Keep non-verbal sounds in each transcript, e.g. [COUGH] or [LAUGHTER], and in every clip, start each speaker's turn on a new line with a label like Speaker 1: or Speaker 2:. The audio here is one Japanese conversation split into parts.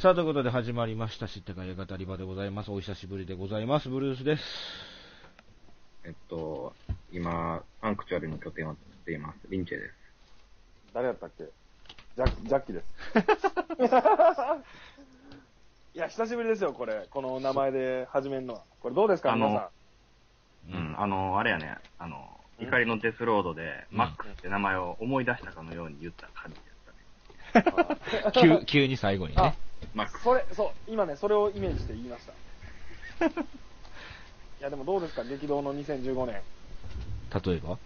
Speaker 1: さあ、ということで始まりました、知ってかれ語り場でございます。お久しぶりでございます。ブルースです。
Speaker 2: えっと、今、アンクチュアルの拠点を作っています。リンチェです。
Speaker 3: 誰だったっけジャッジャッキーです。いや、久しぶりですよ、これ。この名前で始めるのは。これどうですか、
Speaker 2: あの
Speaker 3: 皆さ
Speaker 2: うん、あの、あれやね、あの、怒りのデスロードで、
Speaker 1: うん
Speaker 2: マックスって名前を思い出したかのように言った感じやったね。
Speaker 1: 急、急に最後にね。
Speaker 2: マックス。
Speaker 3: ん。それ、そう、今ね、それをイメージして言いました。いや、でもどうですか、激動の2015年。
Speaker 1: 例えば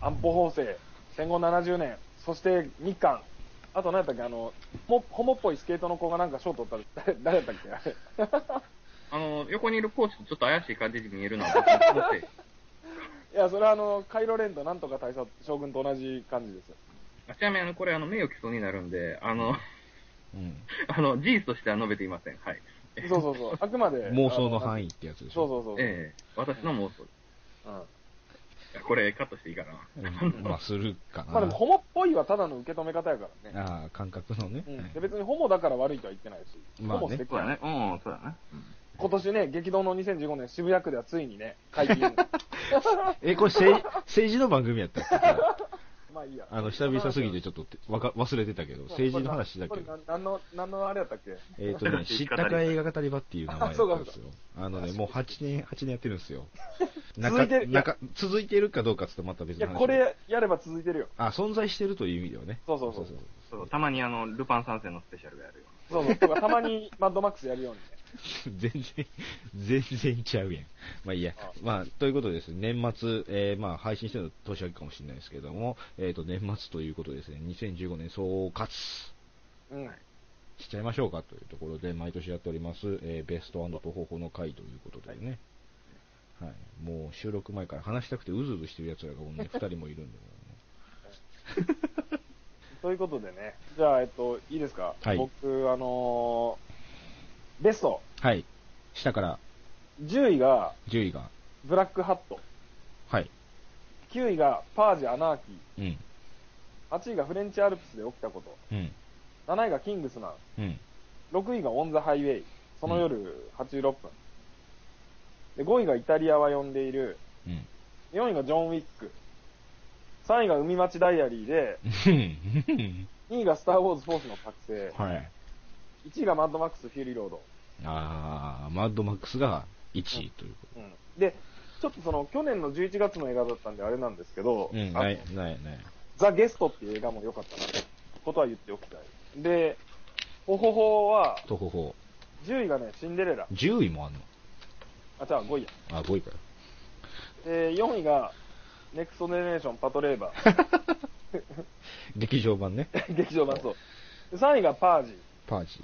Speaker 3: 安保法制、戦後70年、そして日韓。あと何やったっけ、あの、もホモっぽいスケートの子がなんか賞取ったり、誰 [LAUGHS] 誰やったっけあれ
Speaker 2: あの、横にいるコーチとちょっと怪しい感じに見えるの
Speaker 3: [LAUGHS]
Speaker 2: は僕にとって、
Speaker 3: いや、それはあの、カイロレンとなんとか大佐将軍と同じ感じですよ。
Speaker 2: あちなみにあの、これあの、名誉毀損になるんで、あの、
Speaker 1: うん。
Speaker 2: あの、事実としては述べていません。はい。
Speaker 3: そうそうそう。あくまで。
Speaker 1: [LAUGHS] 妄想の範
Speaker 3: 囲。
Speaker 1: 囲ってやつでし
Speaker 3: そう
Speaker 1: ょ。
Speaker 3: そうそう。
Speaker 2: ええ私の妄想。い
Speaker 3: うん
Speaker 2: やこれカットしていいかな。
Speaker 1: うん
Speaker 2: [LAUGHS]
Speaker 1: まあ、するか
Speaker 3: まあで
Speaker 1: な。
Speaker 3: も、ホモっぽいはただの受け止め方やからね。
Speaker 1: ああ、感覚のね
Speaker 3: う。ん、で別にホモだから悪いとは言ってないし、
Speaker 1: まあね
Speaker 3: ホモ素敵だね。。
Speaker 2: うん、そうだね。
Speaker 3: 今年ね、激動の2015年、渋谷区ではついにね、解
Speaker 1: [LAUGHS]
Speaker 3: 禁。
Speaker 1: え、これ、せい政治の番組やったっけ
Speaker 3: まあいいや。
Speaker 1: あの、久々すぎてちょっとわか忘れてたけど、政治の話だ
Speaker 3: こ
Speaker 1: け
Speaker 3: れ
Speaker 1: ど
Speaker 3: な。何の、何のあれやったっけ
Speaker 1: えっ、とね、知ったか映画語り場っていう名前だったんですよ。あのね、もう8年、8年やってるん
Speaker 3: [LAUGHS]
Speaker 1: ですよ。
Speaker 3: 続いてる
Speaker 1: なか続いてるかどうかちょっとまた別
Speaker 3: い
Speaker 1: の
Speaker 3: や、
Speaker 1: 話。
Speaker 3: これやれば続いてるよ。
Speaker 1: あ、存在してるという意味ではね。
Speaker 3: そうそうそう
Speaker 2: そう、たまにあの、ルパン三世のスペシャルがやるよ。
Speaker 3: そうそう。とかたまにマッドマックスやるようにね。
Speaker 1: [LAUGHS] 全然、全然ちゃうやん。まあいいや
Speaker 3: あ。
Speaker 1: まあ、ということでですね、年末、えーまあ、配信してるの年明けかもしれないですけども、えっ、と、年末ということでですね、2015年総括
Speaker 3: うん。
Speaker 1: しちゃいましょうかというところで、毎年やっております、えーベスト途方法の回ということでね、はい、もう収録前から話したくてうずうずしてる奴らがもう [LAUGHS] ね、2人もいるんで、も
Speaker 3: ということでね、じゃあ、えっと、いいですか、
Speaker 1: はい
Speaker 3: 僕、あのーベスト、
Speaker 1: うはい、下から
Speaker 3: 10位が
Speaker 1: 10位が、
Speaker 3: ブラックハット、
Speaker 1: はい、
Speaker 3: 9位がパージ・アナーキ
Speaker 1: う
Speaker 3: ー、
Speaker 1: ん、
Speaker 3: 8位がフレンチアルプスで起きたこと、
Speaker 1: うん、
Speaker 3: 7位がキングスマン、
Speaker 1: うん、
Speaker 3: 6位がオン・ザ・ハイウェイ、その夜86分。で、5位がイタリアは呼んでいる、
Speaker 1: うん、 [LAUGHS]
Speaker 3: 4位がジョン・ウィック、3位が海町ダイアリーで、
Speaker 1: うん、
Speaker 3: 2位がスター・ウォーズ・フォースの覚醒、
Speaker 1: はい。
Speaker 3: 1位がマッドマックス・フューリー・ロード。
Speaker 1: あー、マッドマックスが1位というこ
Speaker 3: うん。で、ちょっとその、去年の11月の映画だったんであれなんですけど、
Speaker 1: と。うん、
Speaker 3: あの
Speaker 1: ない、ない、ない。
Speaker 3: ザ・ゲストっていう映画も良かったなってことは言っておきたい。で、ほほほは、
Speaker 1: 途方法。
Speaker 3: 10位がね、シンデレラ。
Speaker 1: 10位もあんの
Speaker 3: あ、じゃあ5位や。
Speaker 1: あ、5位かよ。
Speaker 3: で、4位が、ネクストジェネレーションパトレーバー。
Speaker 1: 劇場版 [LAUGHS] ね。
Speaker 3: 劇場版そう。で3位がパージ。
Speaker 1: パーチ。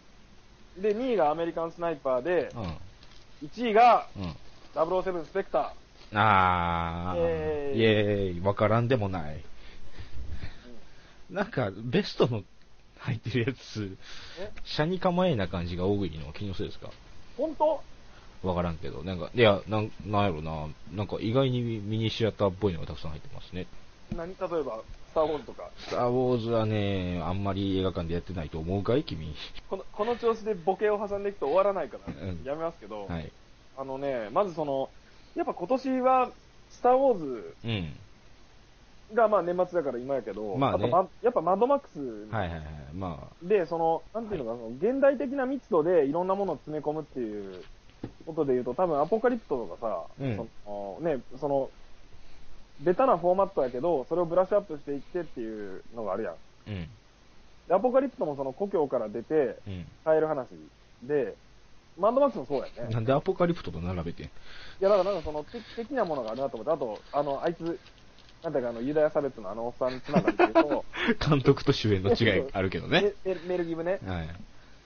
Speaker 3: で、2位がアメリカンスナイパーで
Speaker 1: う、ん、
Speaker 3: 1位が
Speaker 1: うん。
Speaker 3: 007スペクタ
Speaker 1: あー、
Speaker 3: イ
Speaker 1: イエーイ、わからんでもない。なんか、ベストの入ってるやつ
Speaker 3: え、
Speaker 1: シャニ構えな感じが多いの気のせいですか
Speaker 3: ー。本当
Speaker 1: わからんけど、なんか、いや、なんなんやろな、なんか意外にミニシアターっぽいのがたくさん入ってますね。
Speaker 3: 何例えば、スター・ウォーズとか。
Speaker 1: スター・ウォーズはね、あんまり映画館でやってないと思うかい君。
Speaker 3: この、この調子でボケを挟んでいくと終わらないから
Speaker 1: うん、
Speaker 3: やめますけど、
Speaker 1: はい。
Speaker 3: あのね、まずその、やっぱ今年は、スター・ウォーズ
Speaker 1: うん。
Speaker 3: がまあ年末だから今やけど、
Speaker 1: まあね
Speaker 3: とまやっぱマッドマックス、
Speaker 1: はいはいはい。ま
Speaker 3: で、その、なんていうのかな、その現代的な密度でいろんなものを詰め込むっていうことで言うと、多分アポカリプトとかさ、
Speaker 1: うん
Speaker 3: そのね、その、ベタなフォーマットやけど、それをブラッシュアップしていってっていうのがあるやん。
Speaker 1: あ、うん。
Speaker 3: でアポカリプトもその故郷から出て
Speaker 1: う
Speaker 3: 変える話で、マッドマックスもそうや
Speaker 1: ん。
Speaker 3: ね
Speaker 1: な。んでアポカリプトと並べてん
Speaker 3: いや、だからなんかその、て的なものがあるなと思って、あと、あの、あいつ、なんだかあの、ユダヤ差別のあのおっさんつながりで言うと、
Speaker 1: 監督と主演の違いあるけど [LAUGHS] ね。
Speaker 3: メメメルギブね。
Speaker 1: はい。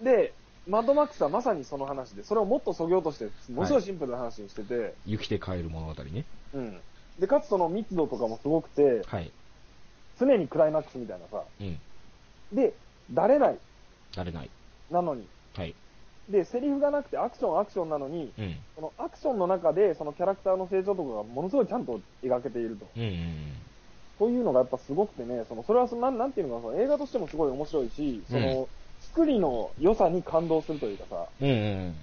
Speaker 3: で、マッドマックスはまさにその話で、それをもっとそぎ落として、ものすごいシンプルな話にしてて、
Speaker 1: 雪で帰る物語ね。
Speaker 3: うん。で、かつその密度とかもすごくて、
Speaker 1: はい。
Speaker 3: 常にクライマックスみたいなさ。
Speaker 1: うん。
Speaker 3: で、だれない、
Speaker 1: 慣れない。
Speaker 3: なのに。
Speaker 1: はい。
Speaker 3: で、セリフがなくてアクションアクションなのに、
Speaker 1: うん。
Speaker 3: そのアクションの中で、そのキャラクターの成長とかがものすごいちゃんと描けていると。
Speaker 1: うんうん
Speaker 3: こういうのがやっぱすごくてね、その、それはその、なんなんていうのかな、その映画としてもすごい面白いし、その、作りの良さに感動するというかさ、
Speaker 1: うんうん。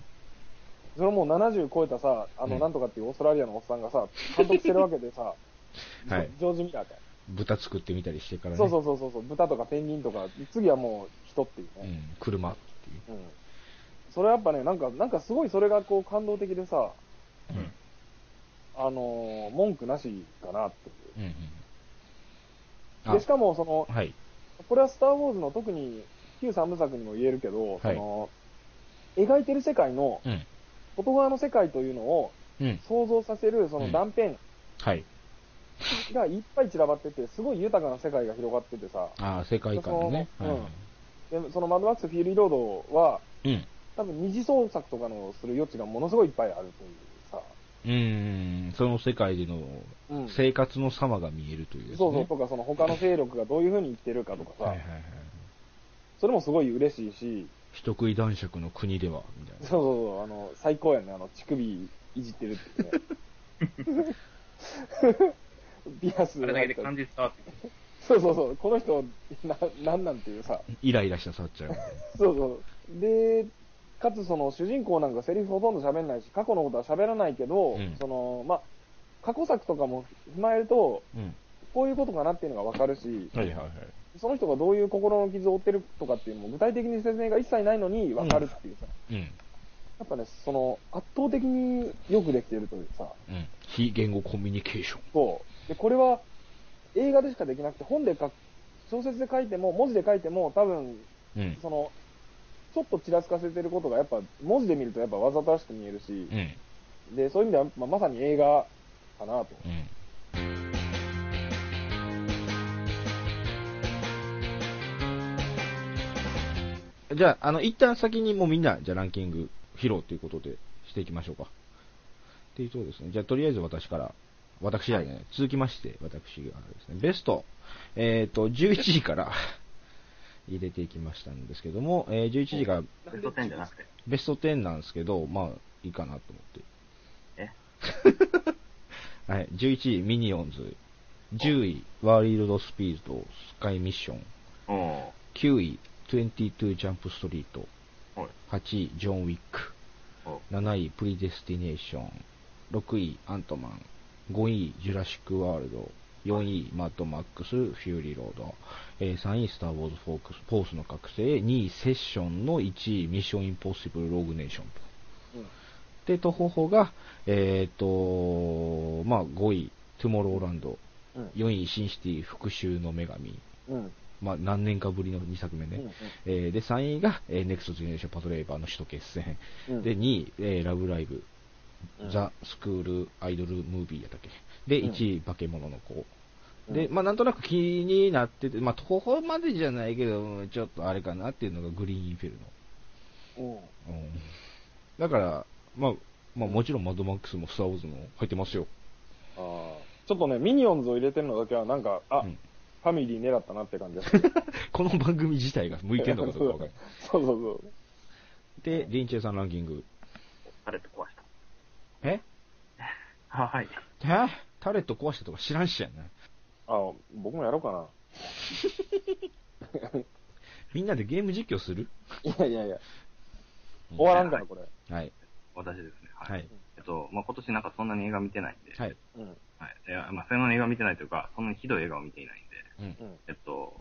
Speaker 3: それもう70超えたさ、あ
Speaker 1: う
Speaker 3: の、
Speaker 1: ん
Speaker 3: なんとかっていうオーストラリアのおっさんがさ、監督してるわけ
Speaker 1: [LAUGHS]
Speaker 3: でさ、
Speaker 1: はい
Speaker 3: ジョージ・ミラーか。
Speaker 1: 豚作ってみたりしてからね。
Speaker 3: そうそうそうそうそう、豚とかペンギンとか、次はもう人っていう
Speaker 1: う
Speaker 3: ね。
Speaker 1: ん、車っていう。
Speaker 3: うん。それはやっぱね、なんか、なんかすごいそれがこう感動的でさ、
Speaker 1: うん
Speaker 3: あのー文句なしかなってい
Speaker 1: うんうん。
Speaker 3: う。で、しかもその、
Speaker 1: はい。
Speaker 3: これはスター・ウォーズの特に旧三部作にも言えるけど、
Speaker 1: い
Speaker 3: その、描いてる世界の
Speaker 1: うん。
Speaker 3: 外側の世界というのを
Speaker 1: うん。
Speaker 3: 想像させるその断片
Speaker 1: はい。
Speaker 3: がいっぱい散らばってて、すごい豊かな世界が広がっててさ、
Speaker 1: ああ、世界観のね。
Speaker 3: そ
Speaker 1: は
Speaker 3: のでそのマッドマックス・フィール・リロードは、
Speaker 1: い。うん。
Speaker 3: 多分二次創作とかのする余地がものすごいいっぱいあるというさ、
Speaker 1: うーん、その世界での
Speaker 3: うんそう
Speaker 1: 生活の様が見えるというやつね。
Speaker 3: そう、とかその他の勢力がどういうふうに生きてるかとかさ、
Speaker 1: はいはいはい。
Speaker 3: それもすごい嬉しいし、
Speaker 1: 人食い男爵の国では、みたい
Speaker 3: そう
Speaker 1: な。
Speaker 3: そうそう、あの、最高やね、あの、乳首いじってるっていうね。
Speaker 2: [LAUGHS]
Speaker 3: [LAUGHS] ビアス
Speaker 2: あれだけで感じ伝わってくる。
Speaker 3: そうそうそう、この人、な、なんなんていうさ、
Speaker 1: イライラしたさっちゃう。
Speaker 3: そうそう。で、かつその主人公なんかセリフほとんど喋んないし、過去のことは喋らないけど、
Speaker 1: うん
Speaker 3: その、まあ、過去作とかも踏まえると、
Speaker 1: うん。
Speaker 3: こういうことかなっていうのがわかるし、
Speaker 1: はいはいはい。
Speaker 3: その人がどういう心の傷を負ってるとかっていうのも具体的に説明が一切ないのにわかるっていうさ、
Speaker 1: うん。
Speaker 3: やっぱね、その、圧倒的によくできてるというさ、
Speaker 1: うん。非言語コミュニケーション。
Speaker 3: そう。で、これは映画でしかできなくて、本で書く、小説で書いても、文字で書いても、多分、
Speaker 1: うん。
Speaker 3: その、ちょっとちらつかせてることが、やっぱ、文字で見るとやっぱわざとらしく見えるし、
Speaker 1: うん。
Speaker 3: で、そういう意味では、まあ、まさに映画かなと。
Speaker 1: うん。じゃあ、あの、一旦先にもうみんな、じゃあランキング披露ということでしていきましょうか。っていうとこですね。じゃあ、とりあえず私から、私じゃないね、続きまして、私がですね、ベスト、えっ、と、11時から [LAUGHS] 入れていきましたんですけども、えー11時から
Speaker 2: ベスト10じゃなくて。
Speaker 1: ベスト10なんですけど、まあ、いいかなと思って。
Speaker 2: え
Speaker 1: はい、11位、ミニオンズ。10位、ワールドスピード、スカイミッション。
Speaker 2: おお
Speaker 1: 9位、22ジャンプストリート。
Speaker 2: ーはい。
Speaker 1: 8位、ジョン・ウィック。
Speaker 2: おー
Speaker 1: 7位、プリデスティネーション。6位、アントマン。5位、ジュラシック・ワールド。4位、マッドマックス、フューリーロード。えー3位、スター・ウォーズ・フォークス、フォースの覚醒。2位、セッションの1位、ミッション・インポッシブル・ローグ・ネーションと。
Speaker 3: うん
Speaker 1: で、トホホが、えっ、と、まあ、5位、トゥモローランド。
Speaker 3: うん
Speaker 1: 4位、シンシティ、復讐の女神。
Speaker 3: うん。
Speaker 1: まあ、何年かぶりの2作目
Speaker 3: う
Speaker 1: ね。
Speaker 3: ん。
Speaker 1: えーで、3位が、えーネクストジェネレーションパトレーバーの首都決戦。
Speaker 3: うん
Speaker 1: で、、2位、えーラブライブ、
Speaker 3: うん
Speaker 1: ザ・スクール・アイドル・ムービーやったっけ。で、
Speaker 3: うん
Speaker 1: 1位、化け物の子。
Speaker 3: うん
Speaker 1: で、まあ、なんとなく気になってて、まあ、ここまでじゃないけど、ちょっとあれかなっていうのがグリーン・インフェル
Speaker 3: うん。
Speaker 1: ノ。うんだから、まあ、まあ、もちろんマッドマックスもスター・ウォーズも入ってますよ。
Speaker 3: あーちょっとね、ミニオンズを入れてるのだけは、なんか、あ、
Speaker 1: うん
Speaker 3: ファミリー狙ったなって感じだ
Speaker 1: [LAUGHS]
Speaker 3: った。
Speaker 1: この番組自体が向いてるのかどうかわかんな
Speaker 3: [LAUGHS]
Speaker 1: い。
Speaker 3: そうそうそう。
Speaker 1: で、リンチェさんランキング。
Speaker 2: タレット壊した。
Speaker 1: え
Speaker 2: あ、はい。
Speaker 1: えタレット壊したとか知らんしやな。
Speaker 3: あ、僕もやろうかな。
Speaker 1: みんなでゲーム実況する
Speaker 3: いやいやいや。終わらんから、これ。
Speaker 1: はい。
Speaker 2: 私ですね。
Speaker 1: はい。
Speaker 2: えっと、まあ、今年なんかそんなに映画見てないんで。
Speaker 1: はい。
Speaker 3: うん。
Speaker 2: はい。いや、まあ、そんなに映画見てないというか、そんなにひどい映画を見ていないんで、
Speaker 1: うん。
Speaker 3: うん。
Speaker 2: えっと、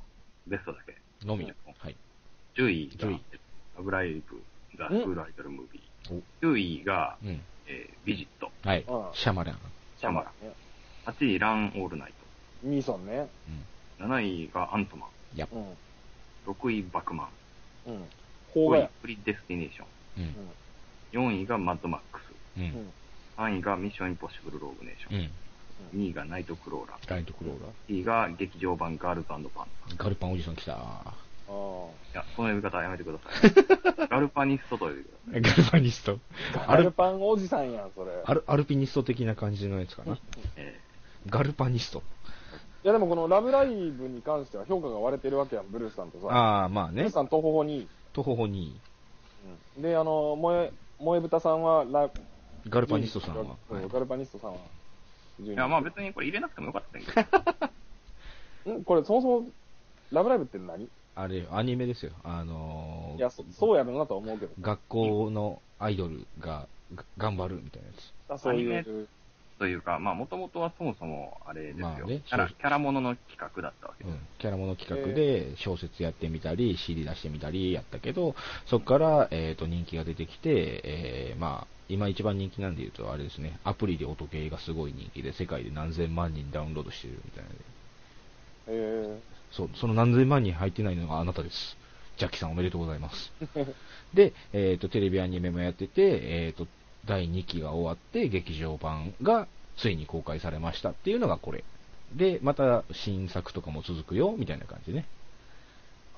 Speaker 2: ベストだけ。
Speaker 1: のみ。はい。
Speaker 2: 10位が、
Speaker 1: 10位
Speaker 2: ラブライブ、ザ・スクール・アイドル・ムービー。9位が、
Speaker 1: うん。
Speaker 2: えービジット。
Speaker 1: はい
Speaker 3: うん。
Speaker 1: シャマラン。
Speaker 2: シャマラン。
Speaker 3: ね。
Speaker 2: 8位、ラン・オール・ナイ
Speaker 3: ミーソンね。
Speaker 2: ト。7位が、アントマ
Speaker 3: うん。
Speaker 2: ン。6位、バクマン。
Speaker 3: うん。邦画
Speaker 2: 5位
Speaker 3: や。、
Speaker 2: プリ・デスティネーショ
Speaker 1: うん。
Speaker 2: ン。4位が、マッド・マックス。
Speaker 1: うん。う。
Speaker 3: うん。うんん。
Speaker 2: 3位が、ミッション・インポッシブル・ローグ・ネーシ
Speaker 1: う
Speaker 2: ョン。
Speaker 1: ん。
Speaker 3: うん
Speaker 2: 2位が、ナイト・クローラー。
Speaker 1: ライトクローラ
Speaker 2: 1位が、劇場版、ガールズ・パン。い
Speaker 1: ー。ガルパンおじさん来た。
Speaker 3: あー
Speaker 2: や、その呼び方はやめてください。ガルパニストと呼びてくだ
Speaker 1: ガルパニスト。
Speaker 3: ガルパンおじさんやん、それ。
Speaker 1: アル、アルピニスト的な感じのやつかな。
Speaker 2: さい。え
Speaker 1: ガルパニスト。
Speaker 3: いやでもこのラブライブに関しては評価が割れてるわけやん、ブルースさんとさ。
Speaker 1: ああ、まあ
Speaker 3: ブル
Speaker 1: ね
Speaker 3: ース。さんとほほに。
Speaker 1: とほほに、
Speaker 3: うんで、あの、萌え、萌え豚さんはラ、
Speaker 1: ガルパニストさんは。
Speaker 3: うん
Speaker 1: はい
Speaker 3: ガルパニストさんは。
Speaker 2: え
Speaker 3: い
Speaker 2: いや、まあ別にこれ入れなくてもよかったんやけど。
Speaker 3: んこれそもそも、ラブライブって何
Speaker 1: あれよ、アニメですよ。あの
Speaker 3: い
Speaker 1: ー
Speaker 3: や、そそうやろうなとは思うけど。
Speaker 1: 学校のアイドルがが頑張るみたいなやつ。
Speaker 3: あそうい
Speaker 2: アニ
Speaker 3: う。
Speaker 2: というか、まあ、もともとはそもそも、あれですよ、
Speaker 1: まあね
Speaker 2: キャラ、
Speaker 1: そう
Speaker 2: キャラものの企画だったわけ
Speaker 1: う
Speaker 2: です。
Speaker 1: ん、キャラもの企画で小説やってみたり、CD 出してみたりやったけど、そこから、えー、と人気が出てきて、えーまあ、今一番人気なんで言うと、あれですね、アプリで音ゲーがすごい人気で、世界で何千万人ダウンロードしてるみたいな
Speaker 3: えー
Speaker 1: そうその何千万人入ってないのがあなたです。ジャッキさんおめでとうござい [LAUGHS] ます。で、えっ、と、テレビアニメもやってて、えっ、と、第2期が終わって、劇場版がついに公開されましたっていうのがこれ。で、また新作とかも続くよ、みたいな感じね。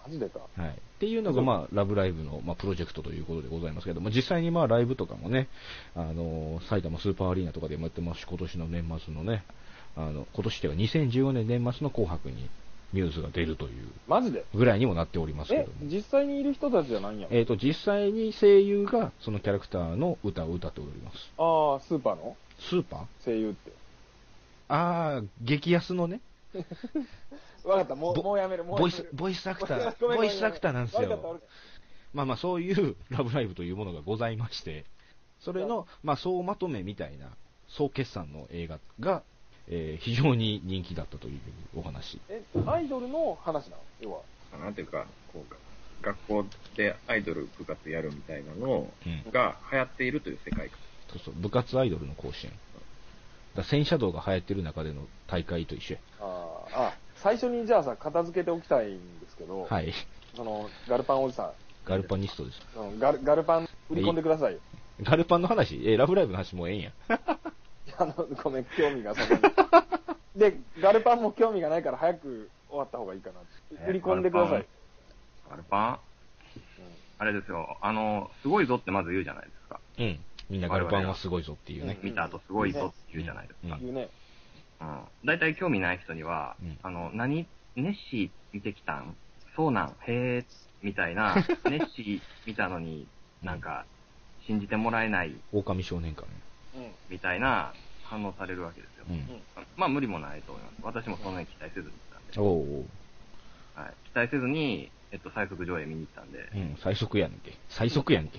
Speaker 3: マジでか。
Speaker 1: はい。っていうのが、まあ、ラブライブの、まあ、プロジェクトということでございますけども、実際にまあ、ライブとかもね、あのー埼玉スーパーアリーナとかでもやってますし、今年の年末のね、あの、今年では2015年年末の紅白にミューズが出るという
Speaker 3: マジで
Speaker 1: ぐらいにもなっておりますけ
Speaker 3: え
Speaker 1: ど、も。
Speaker 3: 実際にいる人たちじゃないんや。
Speaker 1: えっ、と、実際に声優がそのキャラクターの歌を歌っております。
Speaker 3: ああ、スーパーの
Speaker 1: スーパー
Speaker 3: 声優って。
Speaker 1: ああ、激安のね、
Speaker 3: わかった、もう、
Speaker 1: ぼ
Speaker 3: もうやめる、もう
Speaker 1: ボ
Speaker 3: や
Speaker 1: イ
Speaker 3: め
Speaker 1: ス
Speaker 3: る、。
Speaker 1: ボイスアクター、
Speaker 3: ごめん
Speaker 1: ボ
Speaker 3: ごめんごめん
Speaker 1: イスアクターなんです
Speaker 3: わかった
Speaker 1: よ。まあまあ、そういう [LAUGHS] ラブライブというものがございまして、それの、まあ、総まとめみたいな、総決算の映画が、えー非常に人気だったというお話。
Speaker 3: え、アイドルの話なの要は。
Speaker 2: なんていうか、こうか、学校でアイドル部活やるみたいなの
Speaker 1: うん。
Speaker 2: が流行っているという世界観。
Speaker 1: そうそう、部活アイドルの甲子園。だから戦車道が流行ってる中での大会と一緒や
Speaker 3: あーあ、最初にじゃあさ、片付けておきたいんですけど、
Speaker 1: はい。
Speaker 3: その、ガルパンおじさん、
Speaker 1: ガルパニストです。
Speaker 3: そのガルガルパン売り込んでくださいよ。
Speaker 1: ガルパンの話、えーラブライブの話もうええんや。
Speaker 3: いやあの、ごめん、興味がそこ
Speaker 1: [LAUGHS]
Speaker 3: に。で、ガルパンも興味がないから早く終わった方がいいかな。売り込んでください。
Speaker 2: アルパンあれですよ、あの、すごいぞってまず言うじゃないですか。
Speaker 1: うん。みんなガルパンはすごいぞっていうね。
Speaker 3: うん
Speaker 2: 見た後すごいぞって言うじゃないですか。
Speaker 1: うん
Speaker 3: 言うね。
Speaker 2: うん大体興味ない人には、
Speaker 1: うん
Speaker 2: あの、何ネッシー見てきたんそうなん、へえ、みた
Speaker 1: [LAUGHS]
Speaker 2: いな、ネッシー見たのに、なんか、信じてもらえない、
Speaker 1: 狼少年館ね。
Speaker 3: うん。
Speaker 2: みたいな反応されるわけですよ。
Speaker 1: うん。
Speaker 2: まあ、無理もないと思います。私もそんなに期待せずに行ったんで。
Speaker 1: おうおう。
Speaker 2: はい、期待せずに、えっと、最速上映見に行ったんで、
Speaker 1: うん、最速やんけ。最速やんけ。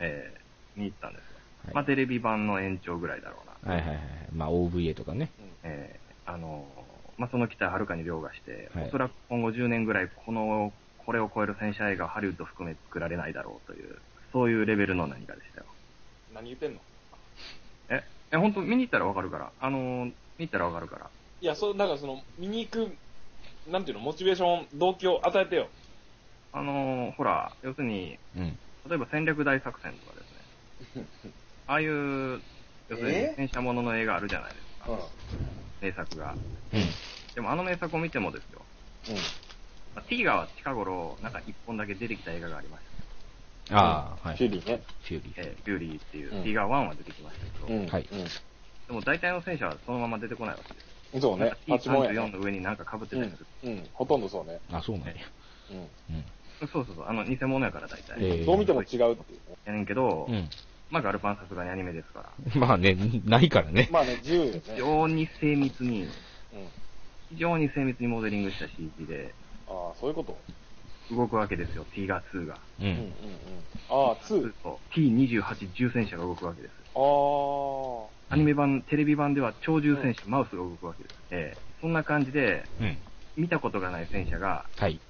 Speaker 2: えー、見に行ったんですよ。
Speaker 1: はい
Speaker 2: まあ、テレビ版の延長ぐらいだろうな。
Speaker 1: はいはいはいはい。まあ OVA とかね。
Speaker 2: えーあのーまあ、その期待をはるかに凌駕して、
Speaker 1: はい
Speaker 2: おそらく今後10年ぐらい、この、これを超える戦車映画をハリウッド含め作られないだろうという、そういうレベルの何かでしたよ。
Speaker 3: 何言ってんの
Speaker 2: え、え、本当見に行ったらわかるから。あのー見に行ったらわかるから。
Speaker 3: いや、そう、だからその、見に行く、なんていうの、モチベーション、動機を与えてよ。
Speaker 2: あのーほら、要するに、
Speaker 1: うん。
Speaker 2: 例えば戦略大作戦とかですね。
Speaker 1: [LAUGHS]
Speaker 2: ああいう、要する
Speaker 3: え
Speaker 2: に戦車ものの映画あるじゃないですか。
Speaker 3: う
Speaker 2: 名作が。
Speaker 1: うん。
Speaker 2: でもあの名作を見てもですよ。
Speaker 3: ん。
Speaker 2: まあ、ティガーは近頃、なんか1本だけ出てきた映画がありました。
Speaker 1: ああ、はい。
Speaker 3: フューリーね。
Speaker 1: フューリー。
Speaker 2: えービューリーっていう、
Speaker 3: うん
Speaker 2: ティガー1は出てきましたけど、
Speaker 3: うん。
Speaker 1: はい
Speaker 2: でも大体の戦車はそのまま出てこないわけです。
Speaker 3: うん。そう
Speaker 2: な
Speaker 3: ね。
Speaker 2: ん
Speaker 3: 八
Speaker 2: か
Speaker 3: 問
Speaker 2: T34
Speaker 3: や
Speaker 2: の上になんか被ってた
Speaker 3: う
Speaker 2: り
Speaker 3: ん
Speaker 2: する。。
Speaker 3: うん。ほとんどそうね。
Speaker 1: あ、そうなんや。
Speaker 3: うん。
Speaker 1: うん。
Speaker 2: そうそうそう、あの、偽物やから大体。
Speaker 1: ええ
Speaker 3: どう見ても違うっていうね。
Speaker 2: やねんけど、
Speaker 1: うん。
Speaker 2: まあガルパンさすがにアニメですから、
Speaker 1: まあね、ないからね。
Speaker 3: まあね、自由よね。
Speaker 2: 非常に精密に、
Speaker 3: うん。
Speaker 2: 非常に精密にモデリングした CG で、
Speaker 3: ああ、そういうこと。
Speaker 2: 動くわけですよ、T ガー2が。
Speaker 1: う
Speaker 3: うんうんうん
Speaker 1: ん。。
Speaker 3: ああ、2。
Speaker 2: そう T28 重戦車が動くわけです。
Speaker 3: ああ。
Speaker 2: アニメ版、テレビ版では超重戦車、マウスが動くわけです。ええそんな感じで、
Speaker 1: うん。
Speaker 2: 見たことがない戦車が、
Speaker 1: はい。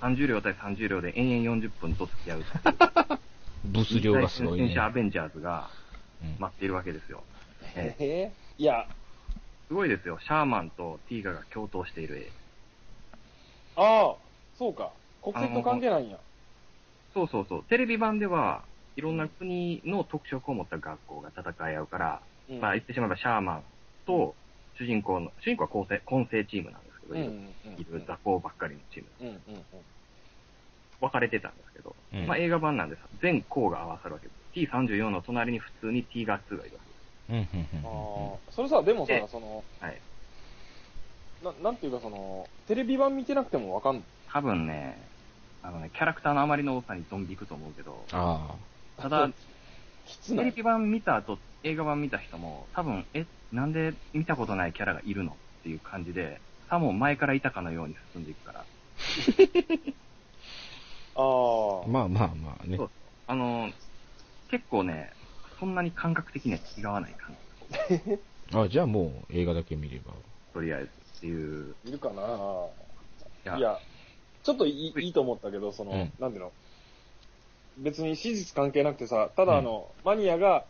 Speaker 2: 30両対30両で延々40分と付き合うっていう
Speaker 1: 物量がすごい
Speaker 2: 戦
Speaker 1: ね。
Speaker 2: 車アベンジャーズが
Speaker 1: うん
Speaker 2: 待っているわけですよ。ええ
Speaker 3: ええいや、
Speaker 2: すごいですよ。シャーマンとティーガが共闘している絵。
Speaker 3: ああ、そうか。国籍と関係ないんや。
Speaker 2: そうそうそう。テレビ版では、いろんな国の特色を持った学校が戦い合うから、
Speaker 3: うん
Speaker 2: まあ言ってしまえばシャーマンと主人公の、主人公は混成混成チームなんですけど、
Speaker 3: うんうんうん。
Speaker 2: いる雑魚ばっかりのチーム。
Speaker 3: うんうんうん。
Speaker 2: 分かれてたんですけど、
Speaker 1: うん
Speaker 2: まあ映画版なんです。全校が合わさるわけです。T34 の隣に普通に T ガ2がいるわ
Speaker 1: うんうん
Speaker 3: あ
Speaker 1: うんうん
Speaker 3: あ、それさ、でもさ
Speaker 2: え、
Speaker 3: その、
Speaker 2: けです。はい。
Speaker 3: ななんていうかその、テレビ版見てなくてもわかん
Speaker 2: 多分ね、あのね、キャラクターのあまりの多さにドン引くと思うけど、
Speaker 1: あ
Speaker 2: ただ、
Speaker 3: [LAUGHS] きつ
Speaker 2: テ
Speaker 3: な
Speaker 2: レ
Speaker 3: い。
Speaker 2: ビ版見た後、映画版見た人も、多分、え、なんで見たことないキャラがいるのっていう感じで、さも前からいたかのように進んでいくから。
Speaker 3: ああ。
Speaker 1: まあまあまあね
Speaker 2: そ。うあの、結構ね、そんなに感覚的には違わない感じ。
Speaker 1: あ、じゃあもう映画だけ見れば。
Speaker 2: とりあえずっていう。
Speaker 3: いるかない
Speaker 2: や、
Speaker 3: いや、ちょっといいいいと思ったけど、その、
Speaker 1: うん
Speaker 3: なんていうの別に史実関係なくてさ、ただあの、マニアが、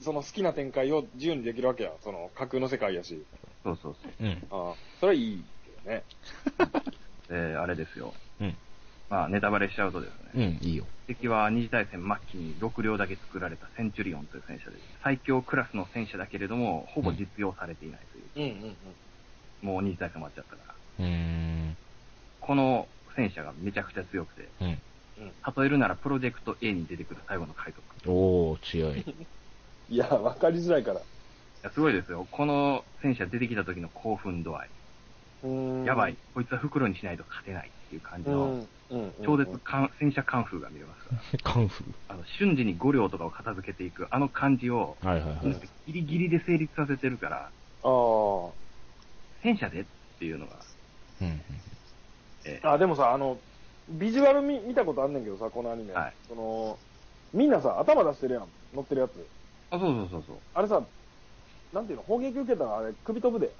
Speaker 3: その好きな展開を自由にできるわけやん。その、架空の世界やし。
Speaker 2: そうそうそう。
Speaker 1: うん。
Speaker 3: ああ。それはいいけどね。
Speaker 2: えー、あれですよ。
Speaker 1: うん。
Speaker 2: まあ、ネタバレしちゃうとですね。
Speaker 1: うん、いいよ。
Speaker 2: 敵は二次大戦末期に6両だけ作られたセンチュリオンという戦車です。最強クラスの戦車だけれども、ほぼ実用されていないという。
Speaker 3: うんうんうん。
Speaker 2: もう二次大戦終わっちゃったから。
Speaker 1: うーん。
Speaker 2: この戦車がめちゃくちゃ強くて、
Speaker 1: うん。
Speaker 2: 例えるならプロジェクト A に出てくる最後の海賊。い
Speaker 1: おー、強 [LAUGHS] い。
Speaker 3: いや、わかりづらいから。
Speaker 2: や、すごいですよ。この戦車出てきた時の興奮度合い。
Speaker 3: うーん
Speaker 2: やばい。。こいつは袋にしないと勝てないっていう感じ
Speaker 3: うん。
Speaker 2: の、
Speaker 3: うんうん
Speaker 2: 超絶かん戦車カンフーが見れますから。
Speaker 1: カンフ
Speaker 2: あの、瞬時に5両とかを片付けていく、あの感じを、
Speaker 1: ー。はいはいはい。
Speaker 2: ギリギリで成立させてるから、
Speaker 3: あ
Speaker 2: 戦車でっていうのが、
Speaker 1: うん。
Speaker 2: えー
Speaker 3: あ。あ、でもさ、あの、ビジュアル見見たことあんねんけどさ、このアニメ。
Speaker 2: はい
Speaker 3: その、みんなさ、頭出してるやん。乗ってるやつ。
Speaker 2: あ、そうそうそうそう。
Speaker 3: あれさ、なんていうの、砲撃受けたらあれ、首飛ぶで。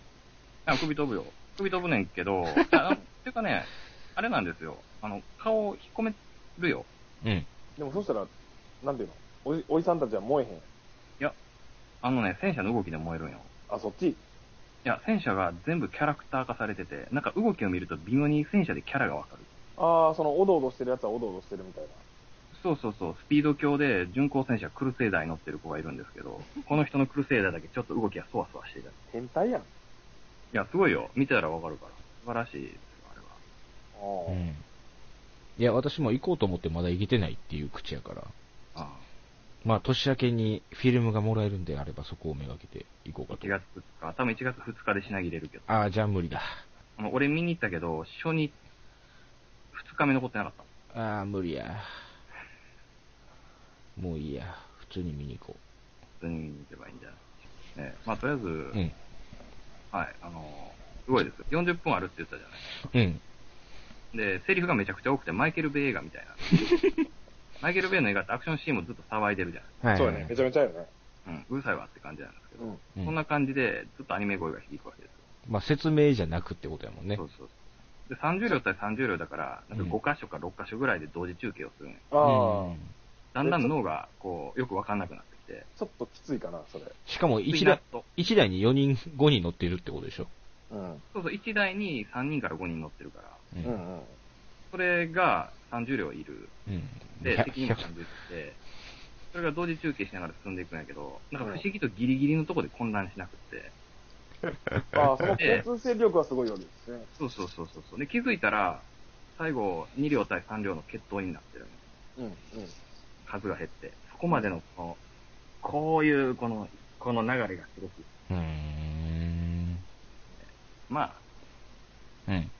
Speaker 2: あ、首飛ぶよ。首飛ぶねんけ
Speaker 3: [LAUGHS]
Speaker 2: ど、あっていうかね、あれなんですよ。あの、顔を引っ込めるよ。
Speaker 1: うん。
Speaker 3: でもそしたら、なんていうの、おじおじさんたちは燃えへん。
Speaker 2: あのね、戦車の動きで燃えるんよ。
Speaker 3: あ、そっち
Speaker 2: いや、戦車が全部キャラクター化されてて、なんか動きを見ると微妙に戦車でキャラがわかる。
Speaker 3: ああ、その、おどおどしてるやつはおどおどしてるみたいな。
Speaker 2: そうそうそう、スピード強で巡航戦車クルセイダーに乗ってる子がいるんですけ
Speaker 1: [LAUGHS]
Speaker 2: ど、この人のクルセイダーだけちょっと動きがそわそわしていた。い
Speaker 3: 変態やん。あ
Speaker 2: や、すごいよ。見てたらわかるから。素晴らしいですよ、あれは。
Speaker 3: あ、
Speaker 1: うん。いや、私も行こうと思ってまだ行けてないっていう口やから。
Speaker 2: あ
Speaker 1: まあ、年明けにフィルムがもらえるんであれば、そこをめがけて行こう
Speaker 2: あ
Speaker 1: かと
Speaker 2: 1。月2日、多分1月2日で品切れるけど。
Speaker 1: あー、じゃあ無理だ。
Speaker 2: あの俺見に行ったけど、初日、2日目残ってなかった。
Speaker 1: あー、無理や。もういいや。普通に見に行こ
Speaker 2: 普通に見に行けばいいんじゃないええまあ、とりあえず、
Speaker 1: う。うん。
Speaker 2: はい、あのーすごいですよ。40分あるって言ったじゃ
Speaker 1: うん。
Speaker 2: ない。で、セリフがめちゃくちゃ多くて、マイケル・ベイ映画み
Speaker 1: [LAUGHS]
Speaker 2: たいな。マイケル・ベイの映画ってアクションシーンもずっと騒いでるじゃ
Speaker 1: はい。
Speaker 3: そうやね。めちゃめちゃやね。
Speaker 2: ない。うん、うるさいわって感じなんですけど、
Speaker 3: うん。
Speaker 1: うん
Speaker 2: そんな感じで、ずっとアニメ声が響くわけですよ。
Speaker 1: まあ、説明じゃなくってことやもんね
Speaker 2: そ。うそうで、30秒対30秒だから、なんか
Speaker 1: うん
Speaker 2: 5箇所か6箇所ぐらいで同時中継をするね。
Speaker 3: ああ、
Speaker 1: うん
Speaker 2: だんだん脳が、こう、よくわかんなくなってきて、
Speaker 3: ちょっときついかな、それ。
Speaker 1: しかも
Speaker 2: 一
Speaker 1: 一台、
Speaker 2: と。
Speaker 1: 一台に4人、5人乗ってるってことでしょ。
Speaker 3: うん。
Speaker 2: そうそう、1台に3人から5人乗ってるから、
Speaker 1: う
Speaker 3: うんうん。
Speaker 2: それが30両いる。
Speaker 1: うん。
Speaker 2: で、
Speaker 1: 100
Speaker 2: 敵にも感じてて、それが同時中継しながら進んでいくんやけど、なんか不思議とギリギリのとこで混乱しなくって、
Speaker 3: ああ、その
Speaker 2: ええ
Speaker 3: 交通整理力はすごいようですね。
Speaker 2: そうそうそうそうそう。で、気づいたら、最後、2両対3両の決闘になってる。
Speaker 3: うんうん。
Speaker 2: 数が減って、そこまでの、この、こういう、この、この流れがすごく、
Speaker 1: うーん。
Speaker 2: まあ、
Speaker 1: うん。
Speaker 3: い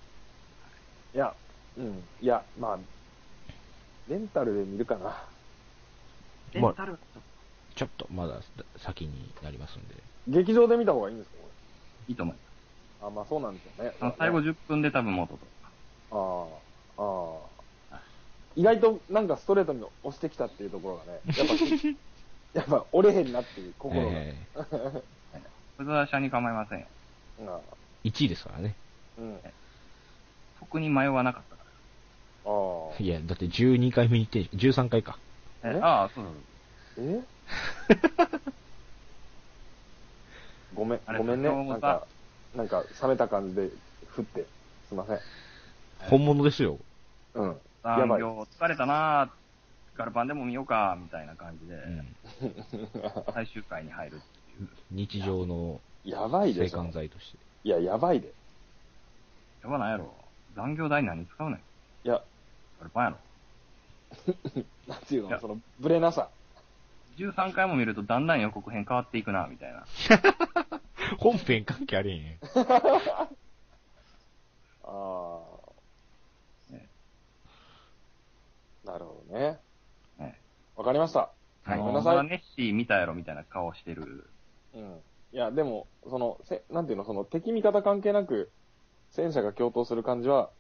Speaker 3: や、うん。いや、まあ、レンタルで見るかな。
Speaker 2: レ
Speaker 1: まあ
Speaker 2: ンタル、
Speaker 1: ちょっとまだ先になりますんで。
Speaker 3: 劇場で見た方がいいんですか、こ
Speaker 2: いいと思います。
Speaker 3: れ。あ、まあそうなんですよね。
Speaker 2: あの最後10分で多分元と。
Speaker 3: ああ、ああ。意外となんかストレートに押してきたっていうところがね、やっぱ、
Speaker 2: [LAUGHS]
Speaker 3: やっぱ折れへんなっていう心が。
Speaker 1: え
Speaker 2: それは社に構いませんよ。
Speaker 3: うんあ
Speaker 1: ー、1位ですからね。
Speaker 3: あうん。
Speaker 2: 特に迷わなかったか
Speaker 3: ああ。
Speaker 1: いや、だって12回見に行って、13回か。
Speaker 2: ら。
Speaker 3: え
Speaker 2: ああ、そうそうそう。 [LAUGHS]
Speaker 3: えごめん、
Speaker 2: あれ
Speaker 3: ごめんね。
Speaker 2: 先ほど
Speaker 3: な
Speaker 2: さ
Speaker 3: んか、なんか冷めた感じで振って。すいません。
Speaker 1: 本物ですよ。
Speaker 3: うん。や
Speaker 2: 残
Speaker 3: ばい。
Speaker 2: 業疲れたなぁ、ガルパンでも見ようか、みたいな感じで、
Speaker 1: うん。
Speaker 2: 最終回に入るっていう。
Speaker 1: 日常の
Speaker 3: やばいで [LAUGHS]
Speaker 1: 生
Speaker 3: しょ
Speaker 1: 還。剤として。
Speaker 3: いや、やばいで。
Speaker 2: やばないやろ。残業代何使うねん。
Speaker 3: いや、 [LAUGHS]
Speaker 2: ガルパンやろ。
Speaker 3: なんていう
Speaker 2: いや
Speaker 3: の、その、ブレなさ。
Speaker 2: 13回も見るとだんだん予告編変わっていくな、みたいな。
Speaker 1: 本編関係あれへんやん。
Speaker 3: ああ
Speaker 2: ね。
Speaker 3: なるほどね。
Speaker 2: ね
Speaker 3: わかりました。
Speaker 1: はい
Speaker 2: あ
Speaker 3: ごめん
Speaker 2: の
Speaker 3: なさい
Speaker 2: まだネッシー見たやろ、みたいな顔してる。
Speaker 3: うん。いや、でも、その、せなんていうの、その、敵味方関係なく、戦車が共闘する感じは、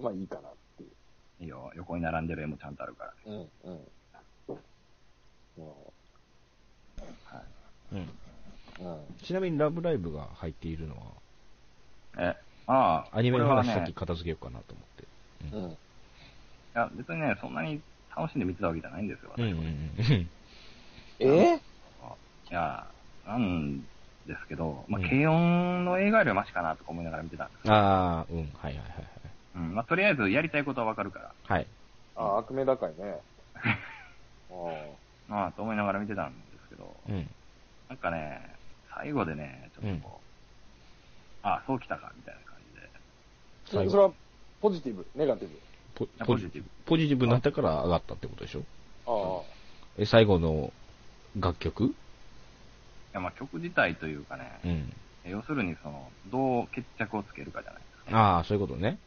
Speaker 3: まあいいかなっていう。
Speaker 2: いいよ、横に並んでる絵もちゃんとあるから。
Speaker 3: うん、うん。も
Speaker 1: うん。
Speaker 3: う、うん。
Speaker 1: ちなみに、ラブライブが入っているのは、
Speaker 2: え、ああ、
Speaker 1: アニメの話
Speaker 2: これは
Speaker 1: さっ
Speaker 2: ね
Speaker 1: き片付けようかなと思って。
Speaker 3: うん。
Speaker 2: いや、別にね、そんなに楽しんで見てたわけじゃないんですよ、
Speaker 1: うん
Speaker 2: 私
Speaker 1: うん
Speaker 2: は
Speaker 1: うん。
Speaker 3: え
Speaker 2: いや、なんですけど、まあ、
Speaker 1: うん
Speaker 2: 軽音の映画よりはマシかなとか思いながら見てたんです
Speaker 1: [LAUGHS]
Speaker 2: よ。
Speaker 1: ああ、うん、はいはいはいはい。
Speaker 2: うん、まあ、とりあえずやりたいことはわかるから、
Speaker 1: はい。
Speaker 3: あ、悪名高い
Speaker 1: [LAUGHS]
Speaker 3: ね。あ
Speaker 2: まあ、と思いながら見てたんですけど、
Speaker 1: うん。
Speaker 2: なんかね、最後でね、ちょっとこう、あ、そうきたか、みたいな感じで
Speaker 3: あそれそれは、ポジティブ、ネガティブ。
Speaker 1: ポ
Speaker 2: いや、
Speaker 1: ポ
Speaker 2: ポ
Speaker 1: ジ
Speaker 2: ジティブ。
Speaker 1: ポジティブになったから上がったってことでしょ
Speaker 3: あ
Speaker 1: え、最後の楽曲
Speaker 2: いや、まあ、曲自体というかね、
Speaker 1: うん。
Speaker 2: 要するに、その、どう決着をつけるかじゃないですか、
Speaker 1: ああ、そういうことね。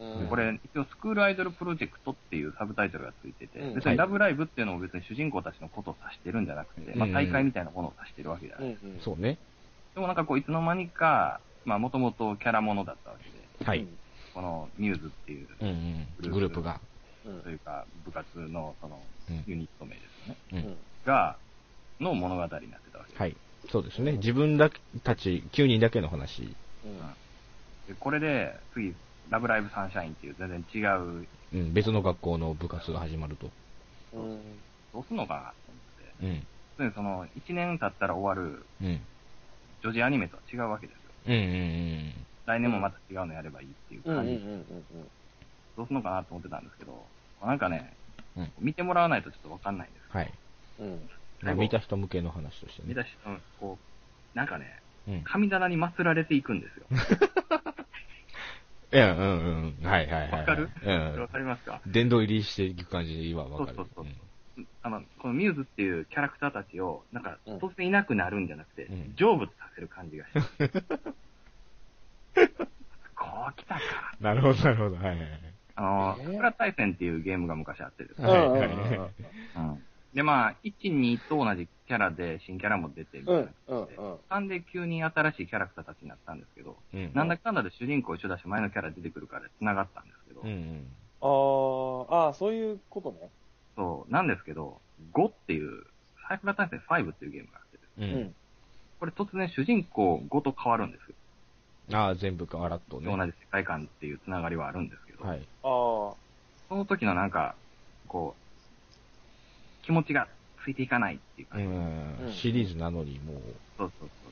Speaker 2: うん
Speaker 3: うん
Speaker 2: これ、一応、スクールアイドルプロジェクトっていうサブタイトルがついてて、
Speaker 3: うん
Speaker 2: 別
Speaker 1: は
Speaker 2: に
Speaker 1: い
Speaker 2: ラブライブっていうのも別に主人公たちのことを指してるんじゃなくて、
Speaker 1: うん
Speaker 2: まあ、大会みたいなものを指してるわけじゃ
Speaker 3: あ。う
Speaker 2: なんい。
Speaker 3: うん。
Speaker 1: そうね。
Speaker 2: でもなんかこう、いつの間にか、まあ、もともとキャラものだったわけで、
Speaker 1: はい。
Speaker 2: このミューズっていう、
Speaker 1: うんうん。グループが。
Speaker 3: う
Speaker 2: と
Speaker 3: ん。
Speaker 2: いうか、部活の、その、
Speaker 1: うん
Speaker 2: ユニット名ですよね。
Speaker 1: う。
Speaker 3: うんん。
Speaker 2: が、の物語になってたわけです。
Speaker 1: はい。そうですね。自分だけたち、9人だけの話。
Speaker 3: うん。
Speaker 2: でこれで、次、ラブライブサンシャインっていう全然違う、
Speaker 1: うん。別の学校の部活が始まると。
Speaker 3: うん。
Speaker 2: どうすんのかなと思って、
Speaker 1: うん。
Speaker 2: 普通にその、1年経ったら終わる、
Speaker 1: うん。
Speaker 2: 女児アニメとは違うわけですよ。
Speaker 1: うんうん
Speaker 2: 来年もまた違うのやればいいっていう
Speaker 3: うん。うん。う
Speaker 2: 感じ、
Speaker 3: ん。
Speaker 2: どうすんのかなと思ってたんですけど、なんかね、
Speaker 1: うん
Speaker 2: 見てもらわないとちょっとわかんないんです。
Speaker 1: はい。
Speaker 3: うん。
Speaker 1: まあ
Speaker 2: 最後
Speaker 1: 見た人向けの話として
Speaker 2: 見
Speaker 1: ね
Speaker 2: 出。し、うん、こう、なんかね、
Speaker 1: うん。
Speaker 2: 神棚に祀られていくんですよ。
Speaker 1: うんうんうん。はいはいはいはい。
Speaker 2: わかる
Speaker 1: う
Speaker 2: わ
Speaker 1: ん。
Speaker 2: かりますか
Speaker 1: 殿堂入りしていく感じで今わかる。
Speaker 2: そうそうそうあの、このミューズっていうキャラクターたちを、なんか
Speaker 3: うん、
Speaker 2: 突然いなくなるんじゃなくて、
Speaker 1: うん
Speaker 2: 成仏させる感じがして。
Speaker 1: [LAUGHS]
Speaker 2: こう来たか。
Speaker 1: なるほどなるほど。はいはいはい。
Speaker 2: あの、
Speaker 3: えー
Speaker 2: 桜大戦っていうゲームが昔あってですね。
Speaker 1: はいはいはい。
Speaker 2: うんで、まあ、1、2と同じキャラで、新キャラも出て、みた
Speaker 3: う
Speaker 2: い
Speaker 3: ん。う。
Speaker 2: なん
Speaker 3: う
Speaker 2: 3
Speaker 3: ん。
Speaker 2: で急に新しいキャラクターたちになったんですけど、
Speaker 1: うん
Speaker 2: なんだかんだで主人公一緒だし、前のキャラ出てくるから繋がったんですけど、
Speaker 1: うんうん。
Speaker 3: あーあー、そういうことね。
Speaker 2: そう、なんですけど、5っていう、サイクラ大戦5っていうゲームがあって、
Speaker 1: う。。
Speaker 3: うん
Speaker 2: これ突然主人公5と変わるんですよ。
Speaker 1: ああ、全部ガラッとね。
Speaker 2: 同じ世界観っていう繋がりはあるんですけど、
Speaker 1: はい。
Speaker 3: あ
Speaker 2: その時のなんか、こう、気持ちがついていかないっていうか、
Speaker 1: う
Speaker 3: うんん。
Speaker 1: シリーズなのにもう、
Speaker 2: そうそうそうそうそう。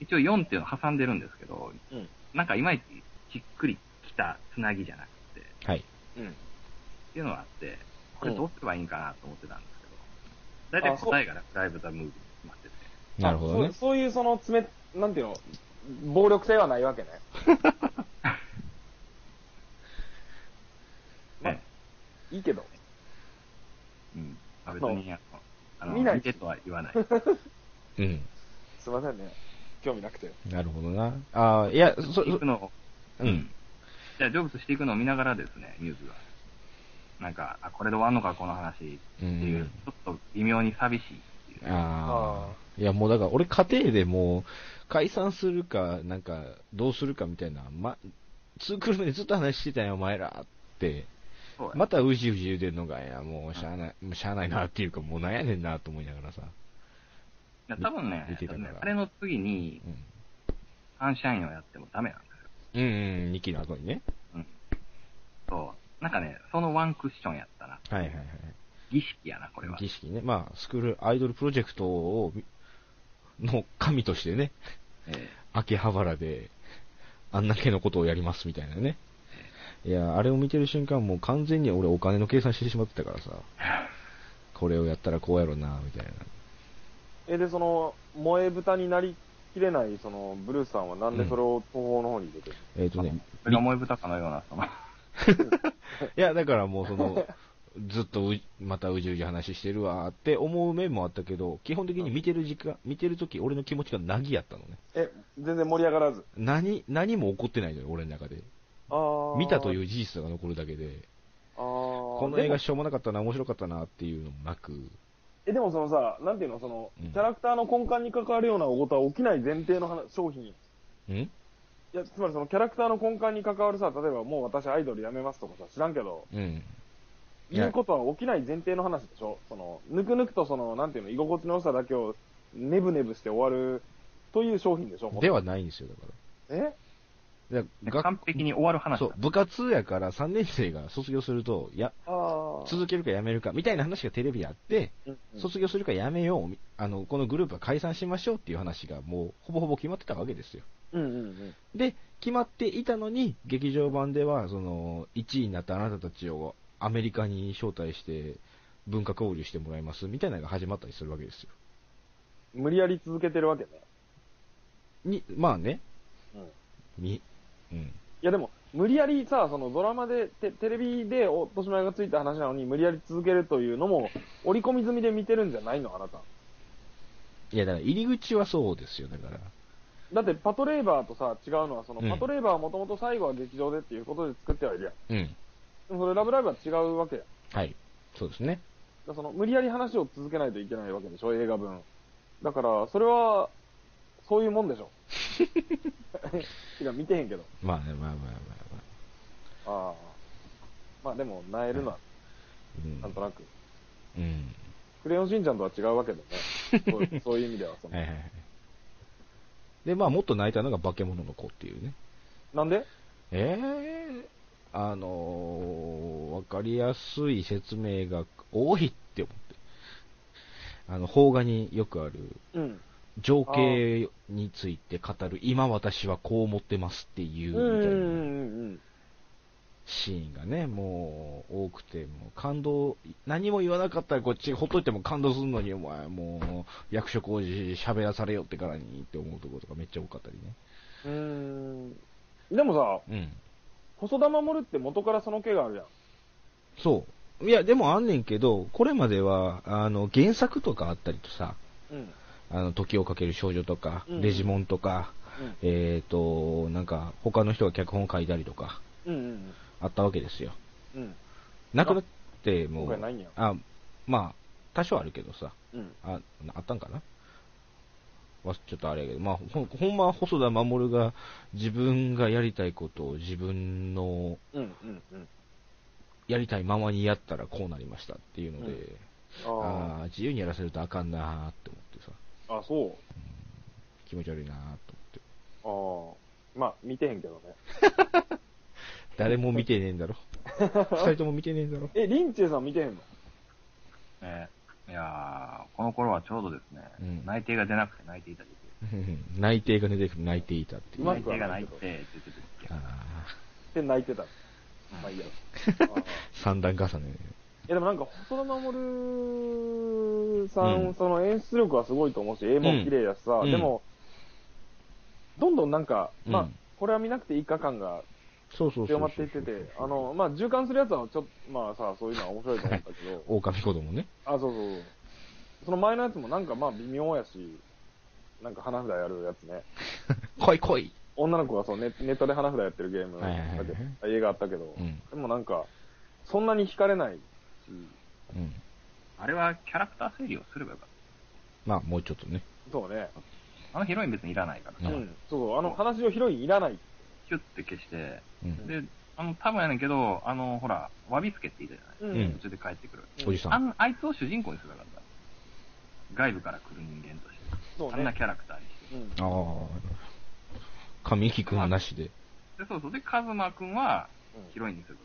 Speaker 2: 一応4っていうの挟んでるんですけど、
Speaker 3: うん
Speaker 2: なんかいまいちしっくりきた繋ぎじゃなくて、
Speaker 1: はい。
Speaker 3: あ。うん。
Speaker 2: っていうのがあって、これどうすればいいんかなと思ってたんですけど、大
Speaker 3: あ
Speaker 2: 体
Speaker 3: そう
Speaker 2: 答えがラブライブ・ザ・ムービーに決まってて、
Speaker 1: なるほど
Speaker 3: あ
Speaker 1: ね。
Speaker 3: そうそういう、その、爪、なんていうの、暴力性はないわけね。まあ
Speaker 2: ね、
Speaker 3: いいけど。
Speaker 2: うん。まあ別
Speaker 3: そう
Speaker 2: に、あのあの、
Speaker 3: 見ない
Speaker 2: 見てとは言わない。
Speaker 1: うん。
Speaker 3: すいませんね。興味なくて。
Speaker 1: なるほどな。ああ、いや、 [LAUGHS] そ、そ
Speaker 2: 行くのを、
Speaker 1: うん。
Speaker 2: じゃあ、ジョブスしていくのを見ながらですね、ニュースが。なんか、あ、これで終わんのか、この話っ
Speaker 1: う
Speaker 2: ていう、
Speaker 1: ん。
Speaker 2: ちょっと微妙に寂しいっていう。
Speaker 1: ああ。いや、もうだから、俺家庭でもう、解散するか、なんか、どうするかみたいな、ま、ツークールのでずっと話してたんや、お前らって。
Speaker 2: そうや
Speaker 1: またうじうじ言うてんのかいや、もうしゃあない、もうしゃあないなっていうか、もうなんやねんなと思いながらさ。
Speaker 2: いや多分ね
Speaker 1: 見てたから
Speaker 2: 多分ねあれの次に、
Speaker 1: う
Speaker 2: サンシャインをやってもダメなんです
Speaker 1: ん。
Speaker 2: よ。
Speaker 1: うんうん、2期の後にね。
Speaker 2: うん。そう。なんかね、そのワンクッションやったな。
Speaker 1: はいはいはい。
Speaker 2: 儀式やな、これは。
Speaker 1: 儀式ね。まあ、スクールアイドルプロジェクトを、の神としてね、
Speaker 2: ええ
Speaker 1: 秋葉原で、あんだけのことをやりますみたいなね。いや、あれを見てる瞬間、もう完全に俺お金の計算してしまってたからさ、これをやったらこうやろうな、みたいな。
Speaker 3: え、で、その、萌え豚になりきれない、その、ブルースさんはなんでそれを東方の方に入れてる、
Speaker 1: えっ、とね、
Speaker 2: それが思い豚かのような、その、
Speaker 1: いや、だからもうその、ずっとうまたうじうじ話してるわーって思う面もあったけど、基本的に見てる時間、見てる時俺の気持ちがなぎやったのね。
Speaker 3: え、全然盛り上がらず。
Speaker 1: 何、何も起こってないのよ、俺の中で。
Speaker 3: あ。
Speaker 1: 見たというう事実が残るだけで、
Speaker 3: あー
Speaker 1: この映
Speaker 3: でも
Speaker 1: 画しょうもなかったな、面白かったなっていうのもなく、
Speaker 3: え、でもそのさ、なんていうの、その、
Speaker 1: うん
Speaker 3: キャラクターの根幹に関わるようなおことは起きない前提の話商品。
Speaker 1: ん
Speaker 3: いや、つまりそのキャラクターの根幹に関わるさ、例えばもう私アイドル辞めますとかさ、知らんけど、
Speaker 1: うん。いや
Speaker 3: 言うことは起きない前提の話でしょその、ぬくぬくとその、なんていうの、居心地の良さだけを、ねぶねぶして終わる、という商品でしょ
Speaker 1: ではないんですよ、だから。
Speaker 3: え
Speaker 1: だから学
Speaker 2: 完璧に終わる話
Speaker 1: そう、部活やから3年生が卒業すると、や、
Speaker 3: ああ。
Speaker 1: 続けるかやめるか、みたいな話がテレビであって、
Speaker 3: うんうん
Speaker 1: 卒業するかやめようみ、あの、このグループは解散しましょうっていう話がもう、ほぼほぼ決まってたわけですよ。
Speaker 3: うんうん
Speaker 1: で、決まっていたのに、劇場版では、その、1位になったあなたたちをアメリカに招待して、文化交流してもらいます、みたいなのが始まったりするわけですよ。
Speaker 3: うん。無理やり続けてるわけね。
Speaker 1: に、まあね、
Speaker 3: うん。い
Speaker 1: に、うん。
Speaker 3: やでも、無理やりさ、そのドラマで、テテレビで落とし前がついた話なのに、無理やり続けるというのも、織り込み済みで見てるんじゃないのあなた。
Speaker 1: いや、だから入り口はそうですよ、だから。
Speaker 3: だって、パトレーバーとさ、違うのは、その、
Speaker 1: うん
Speaker 3: パトレーバーはもともと最後は劇場でっていうことで作ってはいるやん。
Speaker 1: うん。
Speaker 3: でもそれ、ラブライブは違うわけやん。だか
Speaker 1: はい。そうですね。
Speaker 3: らその、無理やり話を続けないといけないわけでしょ、映画分。だから、それは、そういうもんでしょ。てか、見てへんけど。
Speaker 1: まあね、まあまあまあまあ。
Speaker 3: ああ。まあでも、なえるのは、
Speaker 1: うん
Speaker 3: なんとなく。
Speaker 1: うん。
Speaker 3: クレヨンしんちゃんとは違うわけだね。そう
Speaker 1: [LAUGHS]
Speaker 3: いうそういう意味では、そ
Speaker 1: はい
Speaker 3: の
Speaker 1: はい。はい。で、まあ、もっと泣いたのが化け物の子っていうね。
Speaker 3: なんで
Speaker 1: ええあのーわかりやすい説明が多いって思って。あの、邦画によくある、
Speaker 3: うん。
Speaker 1: 情景について語る、今私はこう思ってますっていうう、
Speaker 3: んう
Speaker 1: み
Speaker 3: んう
Speaker 1: たいなん
Speaker 3: うん。
Speaker 1: シーンがね、もう多くて、もう感動、何も言わなかったらこっちほっといても感動するのに、お前、もう役所工事喋らされよってからにって思うところとかめっちゃ多かったりね。
Speaker 3: うーん。でもさ、
Speaker 1: うん。
Speaker 3: 細田守って元からその毛があるやん。
Speaker 1: そう。いや、でもあんねんけど、これまでは、あの、原作とかあったりとさ、
Speaker 3: うん。
Speaker 1: あの、時をかける少女とか、
Speaker 3: うん
Speaker 1: デジモンとか、
Speaker 3: うん
Speaker 1: えっ、と、なんか、他の人が脚本書いたりとか、
Speaker 3: うんうん
Speaker 1: あったわけですよ。
Speaker 3: うん。うん。
Speaker 1: なくなって、も
Speaker 3: 今回
Speaker 1: う
Speaker 3: な、いんや。
Speaker 1: あ、まあ、多少あるけどさ、
Speaker 3: うん。
Speaker 1: ああったんかなわちょっとあれやけど、まあ、ほんほんまは細田守が自分がやりたいことを自分の
Speaker 3: うんうんうん。
Speaker 1: やりたいままにやったらこうなりましたっていうので、
Speaker 3: あ
Speaker 1: ああ、自由にやらせるとあかんなーって思ってさ、
Speaker 3: あ。あ、そう。
Speaker 1: 気持ち悪いなーと思って。
Speaker 3: ああ。まあ、見てへんけどね。
Speaker 1: 誰も見てねえん [LAUGHS] だろ。二人とも見てねえんだろ。 [LAUGHS]
Speaker 3: え、リンチェさん見てへんの
Speaker 2: えーいやー、この頃はちょうどですね、
Speaker 1: うん
Speaker 2: 内定が出なくて泣いていた時期
Speaker 1: 内定が出てくる、泣いていたっていうう。
Speaker 3: ま
Speaker 2: 内
Speaker 3: くは
Speaker 2: 定が
Speaker 3: な
Speaker 2: 泣
Speaker 3: い
Speaker 2: い
Speaker 3: けど
Speaker 2: て出てくる時期
Speaker 1: あ
Speaker 2: が
Speaker 3: って泣いてた。
Speaker 2: うん
Speaker 3: まあいいや。ああい
Speaker 1: 三段重ね。
Speaker 3: や、でもなんか、細田守さん、
Speaker 1: うん
Speaker 3: その演出力はすごいと思うし、絵も綺麗だしさ、
Speaker 1: うん
Speaker 3: でも、どんどんなんか、まあ、
Speaker 1: うん
Speaker 3: これは見なくていいか感が
Speaker 1: そうそうそうそう。
Speaker 3: 強まっていってて、あの、まあ、循環するやつは、ちょっと、まあさ、そういうのは面白いと思ったけど、
Speaker 1: 狼子供ね。
Speaker 3: あ、そうそうそう。その前のやつもなんかまあ微妙やし、なんか花札やるやつね。
Speaker 1: 来い来い
Speaker 3: 女の子がそうネネットで花札やってるゲームだ
Speaker 1: はいはいはいは
Speaker 3: けど、映画あったけど、
Speaker 1: うん。
Speaker 3: でもなんか、そんなに惹かれないし、
Speaker 1: うん。
Speaker 2: あれはキャラクター整理をすればよかっ
Speaker 1: まあ、もうちょっとね。
Speaker 3: そうね。
Speaker 2: た。あのヒロイン別にいらないから、
Speaker 1: う
Speaker 3: うんん。そうそう、あの話をヒロインいらない。
Speaker 2: キュッて消して、
Speaker 1: うん。
Speaker 2: で、あの、多分やねんけど、あの、ほら、わびつけって言いたじゃない、
Speaker 3: うん
Speaker 2: 途中で帰ってくる。
Speaker 1: おじさ
Speaker 2: あ
Speaker 1: ん。
Speaker 2: んあいつを主人公にすればよかった。外部から来る人間として、
Speaker 3: そう
Speaker 2: あんな
Speaker 3: ね。
Speaker 2: キャラクターにして。
Speaker 3: うん。
Speaker 1: ああ。神木くんなしで。
Speaker 2: で、そうそう。で、カズマくんはヒロインにするこ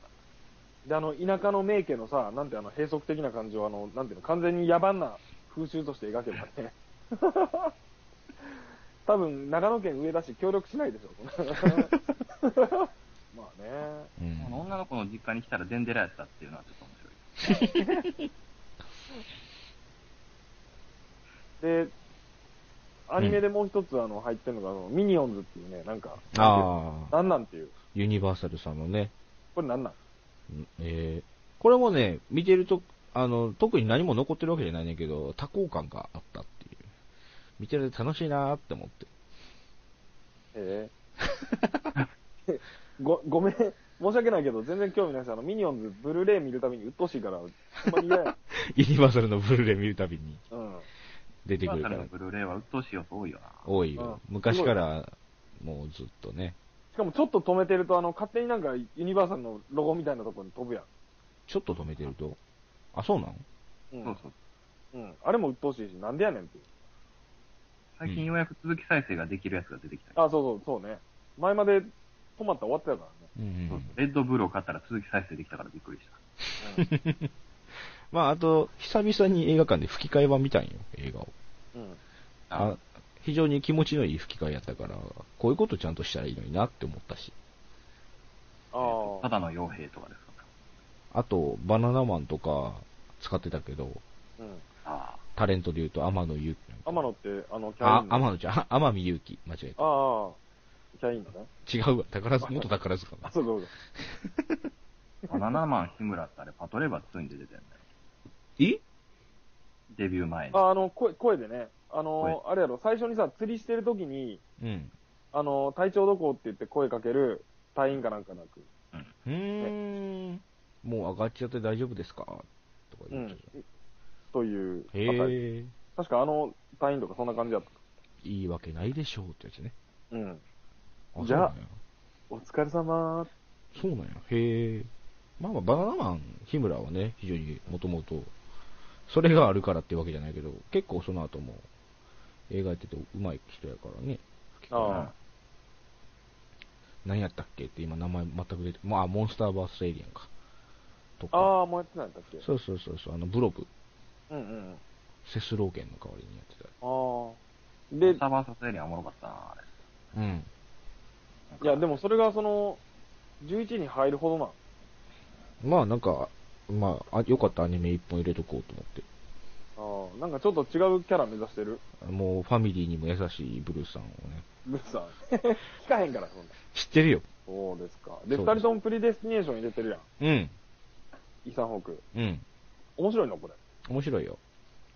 Speaker 2: とだ。
Speaker 3: で、あの、田舎の名家のさ、なんてあの、閉塞的な感じを、あの、なんていうの、完全に野蛮な風習として描けばね。 [LAUGHS] 多分、長野県上田市協力しないでしょ、こんな [LAUGHS] まあね。
Speaker 1: う
Speaker 2: この
Speaker 1: ん。
Speaker 2: 女の子の実家に来たらデンデラやったっていうのはちょっと面白い。
Speaker 3: で、アニメでもう一つあの、入ってるのが、あの、ミニオンズっていうね、なんか、
Speaker 1: ああ。
Speaker 3: なんなんていう。
Speaker 1: ユニバーサルさんのね。
Speaker 3: これなんなん
Speaker 1: うんえーこれもね、見てると、あの、特に何も残ってるわけじゃないねんけど、多幸感があったっていう。見てると楽しいなーって思って。 [LAUGHS]
Speaker 3: ええ [LAUGHS] ご、ごめん。申し訳ないけど、全然興味ないです。あの、ミニオンズ、ブルーレイ見るたびに鬱陶しいから、ほんまに嫌 [LAUGHS] や。
Speaker 1: ユニバーサルのブルーレイ見るたびに
Speaker 3: うん。
Speaker 1: 出てくるか
Speaker 2: 彼の
Speaker 1: ら。
Speaker 2: ブルーレイは鬱陶しい要素多いよな。
Speaker 1: 多いよ。
Speaker 3: うん
Speaker 1: 昔から、もうずっとね。
Speaker 3: しかもちょっと止めてると、あの、勝手になんかユニバーサルのロゴみたいなところに飛ぶや
Speaker 1: ちょっと止めてると。あ、そうなの
Speaker 3: ん。うん。
Speaker 2: そうそう。
Speaker 3: うん。あれも鬱陶しいし、なんでやねんって。
Speaker 2: 最近ようやく続き再生ができるやつが出てきたり。
Speaker 3: あ、そうそう、そうね。前まで止まったら終わってたか
Speaker 1: うんうん
Speaker 2: そううんそうレッドブルを買ったら続き再生できたからびっくりした。
Speaker 3: らね。
Speaker 1: まあ、あと、久々に映画館で吹き替え版見たんよ、映画を。
Speaker 3: うん。うん。
Speaker 1: あ非常に気持ちのいい吹き替えやったから、こういうことちゃんとしたらいいのになって思ったし。
Speaker 3: あ [LAUGHS]
Speaker 2: た
Speaker 3: あ。
Speaker 2: だの傭兵とかですか
Speaker 1: あと、バナナマンとか使ってたけど、
Speaker 3: うん。
Speaker 2: ああ。
Speaker 3: [LAUGHS]
Speaker 1: タレントで言うと天野祐希。
Speaker 3: 天野って、あの、キャイ
Speaker 1: あ
Speaker 3: ン、の。
Speaker 1: 天野ちゃん、 [LAUGHS] あ天海祐希。間違え
Speaker 3: ああああ。キャインだね。
Speaker 1: た。違うわ。宝塚、元宝塚
Speaker 3: あ、
Speaker 1: か
Speaker 3: そうそうそ
Speaker 2: バ
Speaker 3: う。
Speaker 2: ナナマン日村ってあれ、パトレーバー2に出てたよね。
Speaker 1: え
Speaker 2: デビュー前に。
Speaker 3: あ、あの、声、声でね。あの、あれやろ、最初にさ、釣りしてる時に、
Speaker 1: うん。
Speaker 3: あの、隊長どこって言って声かける隊員かなんかなく。
Speaker 1: うーん。もう上がっちゃって大丈夫ですかとか
Speaker 3: う
Speaker 1: 言っちゃ
Speaker 3: ん。という、
Speaker 1: う。へえ。
Speaker 3: 確かあの隊員とかそんな感じだった。
Speaker 1: いいわけないでしょうってやつね。
Speaker 3: うん。
Speaker 1: あ、
Speaker 3: じゃあ
Speaker 1: そうなんや。
Speaker 3: お疲れ様ー。
Speaker 1: そうなんや。へえ。まあまあ、バナナマン、日村はね、非常にもともと、それがあるからってわけじゃないけど、結構その後も、映画やっててうまい人やからね。
Speaker 3: あ
Speaker 1: 何やったっけって今名前全く出て、まあ、モンスターバースエイリアンか。と
Speaker 3: あ。
Speaker 1: か。
Speaker 3: ああ、もうやってないんだっけ
Speaker 1: そうそうそうそう、あの、ブロブ、
Speaker 3: うんうん。
Speaker 1: セスローゲンの代わりにやって
Speaker 3: ああ。
Speaker 2: で、
Speaker 3: で、
Speaker 2: サーバーサスエリアンおもろかったな、あれ。
Speaker 1: た。うん。
Speaker 3: いや、でもそれがその、11に入るほどなん。
Speaker 1: まあなんか、まあ、あよかったアニメ一本入れとこうと思って。
Speaker 3: ああ、なんかちょっと違うキャラ目指してる。
Speaker 1: もうファミリーにも優しいブルースさんをね。
Speaker 3: ブッさ
Speaker 1: [LAUGHS]
Speaker 3: ん。聞かへんから、そんな。
Speaker 1: 知ってるよ。
Speaker 3: そうですか。で、
Speaker 1: そ
Speaker 3: 二
Speaker 1: うです
Speaker 3: 人ともプリデスティネーション入れてるやん。
Speaker 1: うん。
Speaker 3: イーサンホーク。
Speaker 1: うん。
Speaker 3: 面白いのこれ。
Speaker 1: 面白いよ。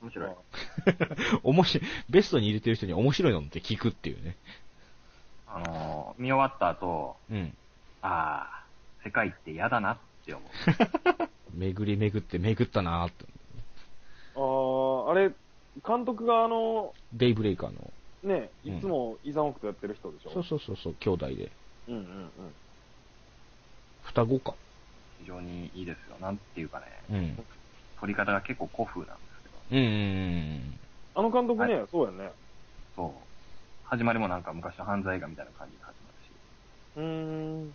Speaker 2: 面白い。
Speaker 1: 面白い。ベストに入れてる人に面白いのって聞くっていうね。
Speaker 2: あのー、見終わった後、
Speaker 1: うん。
Speaker 2: ああ、世界って嫌だなって思う。
Speaker 1: 巡り巡って巡ったなーって。
Speaker 3: ああ、あれ、監督があの、
Speaker 1: デイブレイカーの。
Speaker 3: ね、
Speaker 1: う
Speaker 3: い
Speaker 1: ん
Speaker 3: つもイーサンホークとやってる人でしょ。
Speaker 1: そうそうそうそう、兄弟で。
Speaker 3: うんうんうん。
Speaker 1: 双子か。
Speaker 2: 非常にいいですよ。なんていうかね、
Speaker 1: うん。
Speaker 2: 撮り方が結構古風なんですけど、
Speaker 1: うんうんうん
Speaker 3: あの監督ね、そうやね。
Speaker 2: そう。始まりもなんか昔の犯罪映画みたいな感じで始まるし、
Speaker 3: うーん。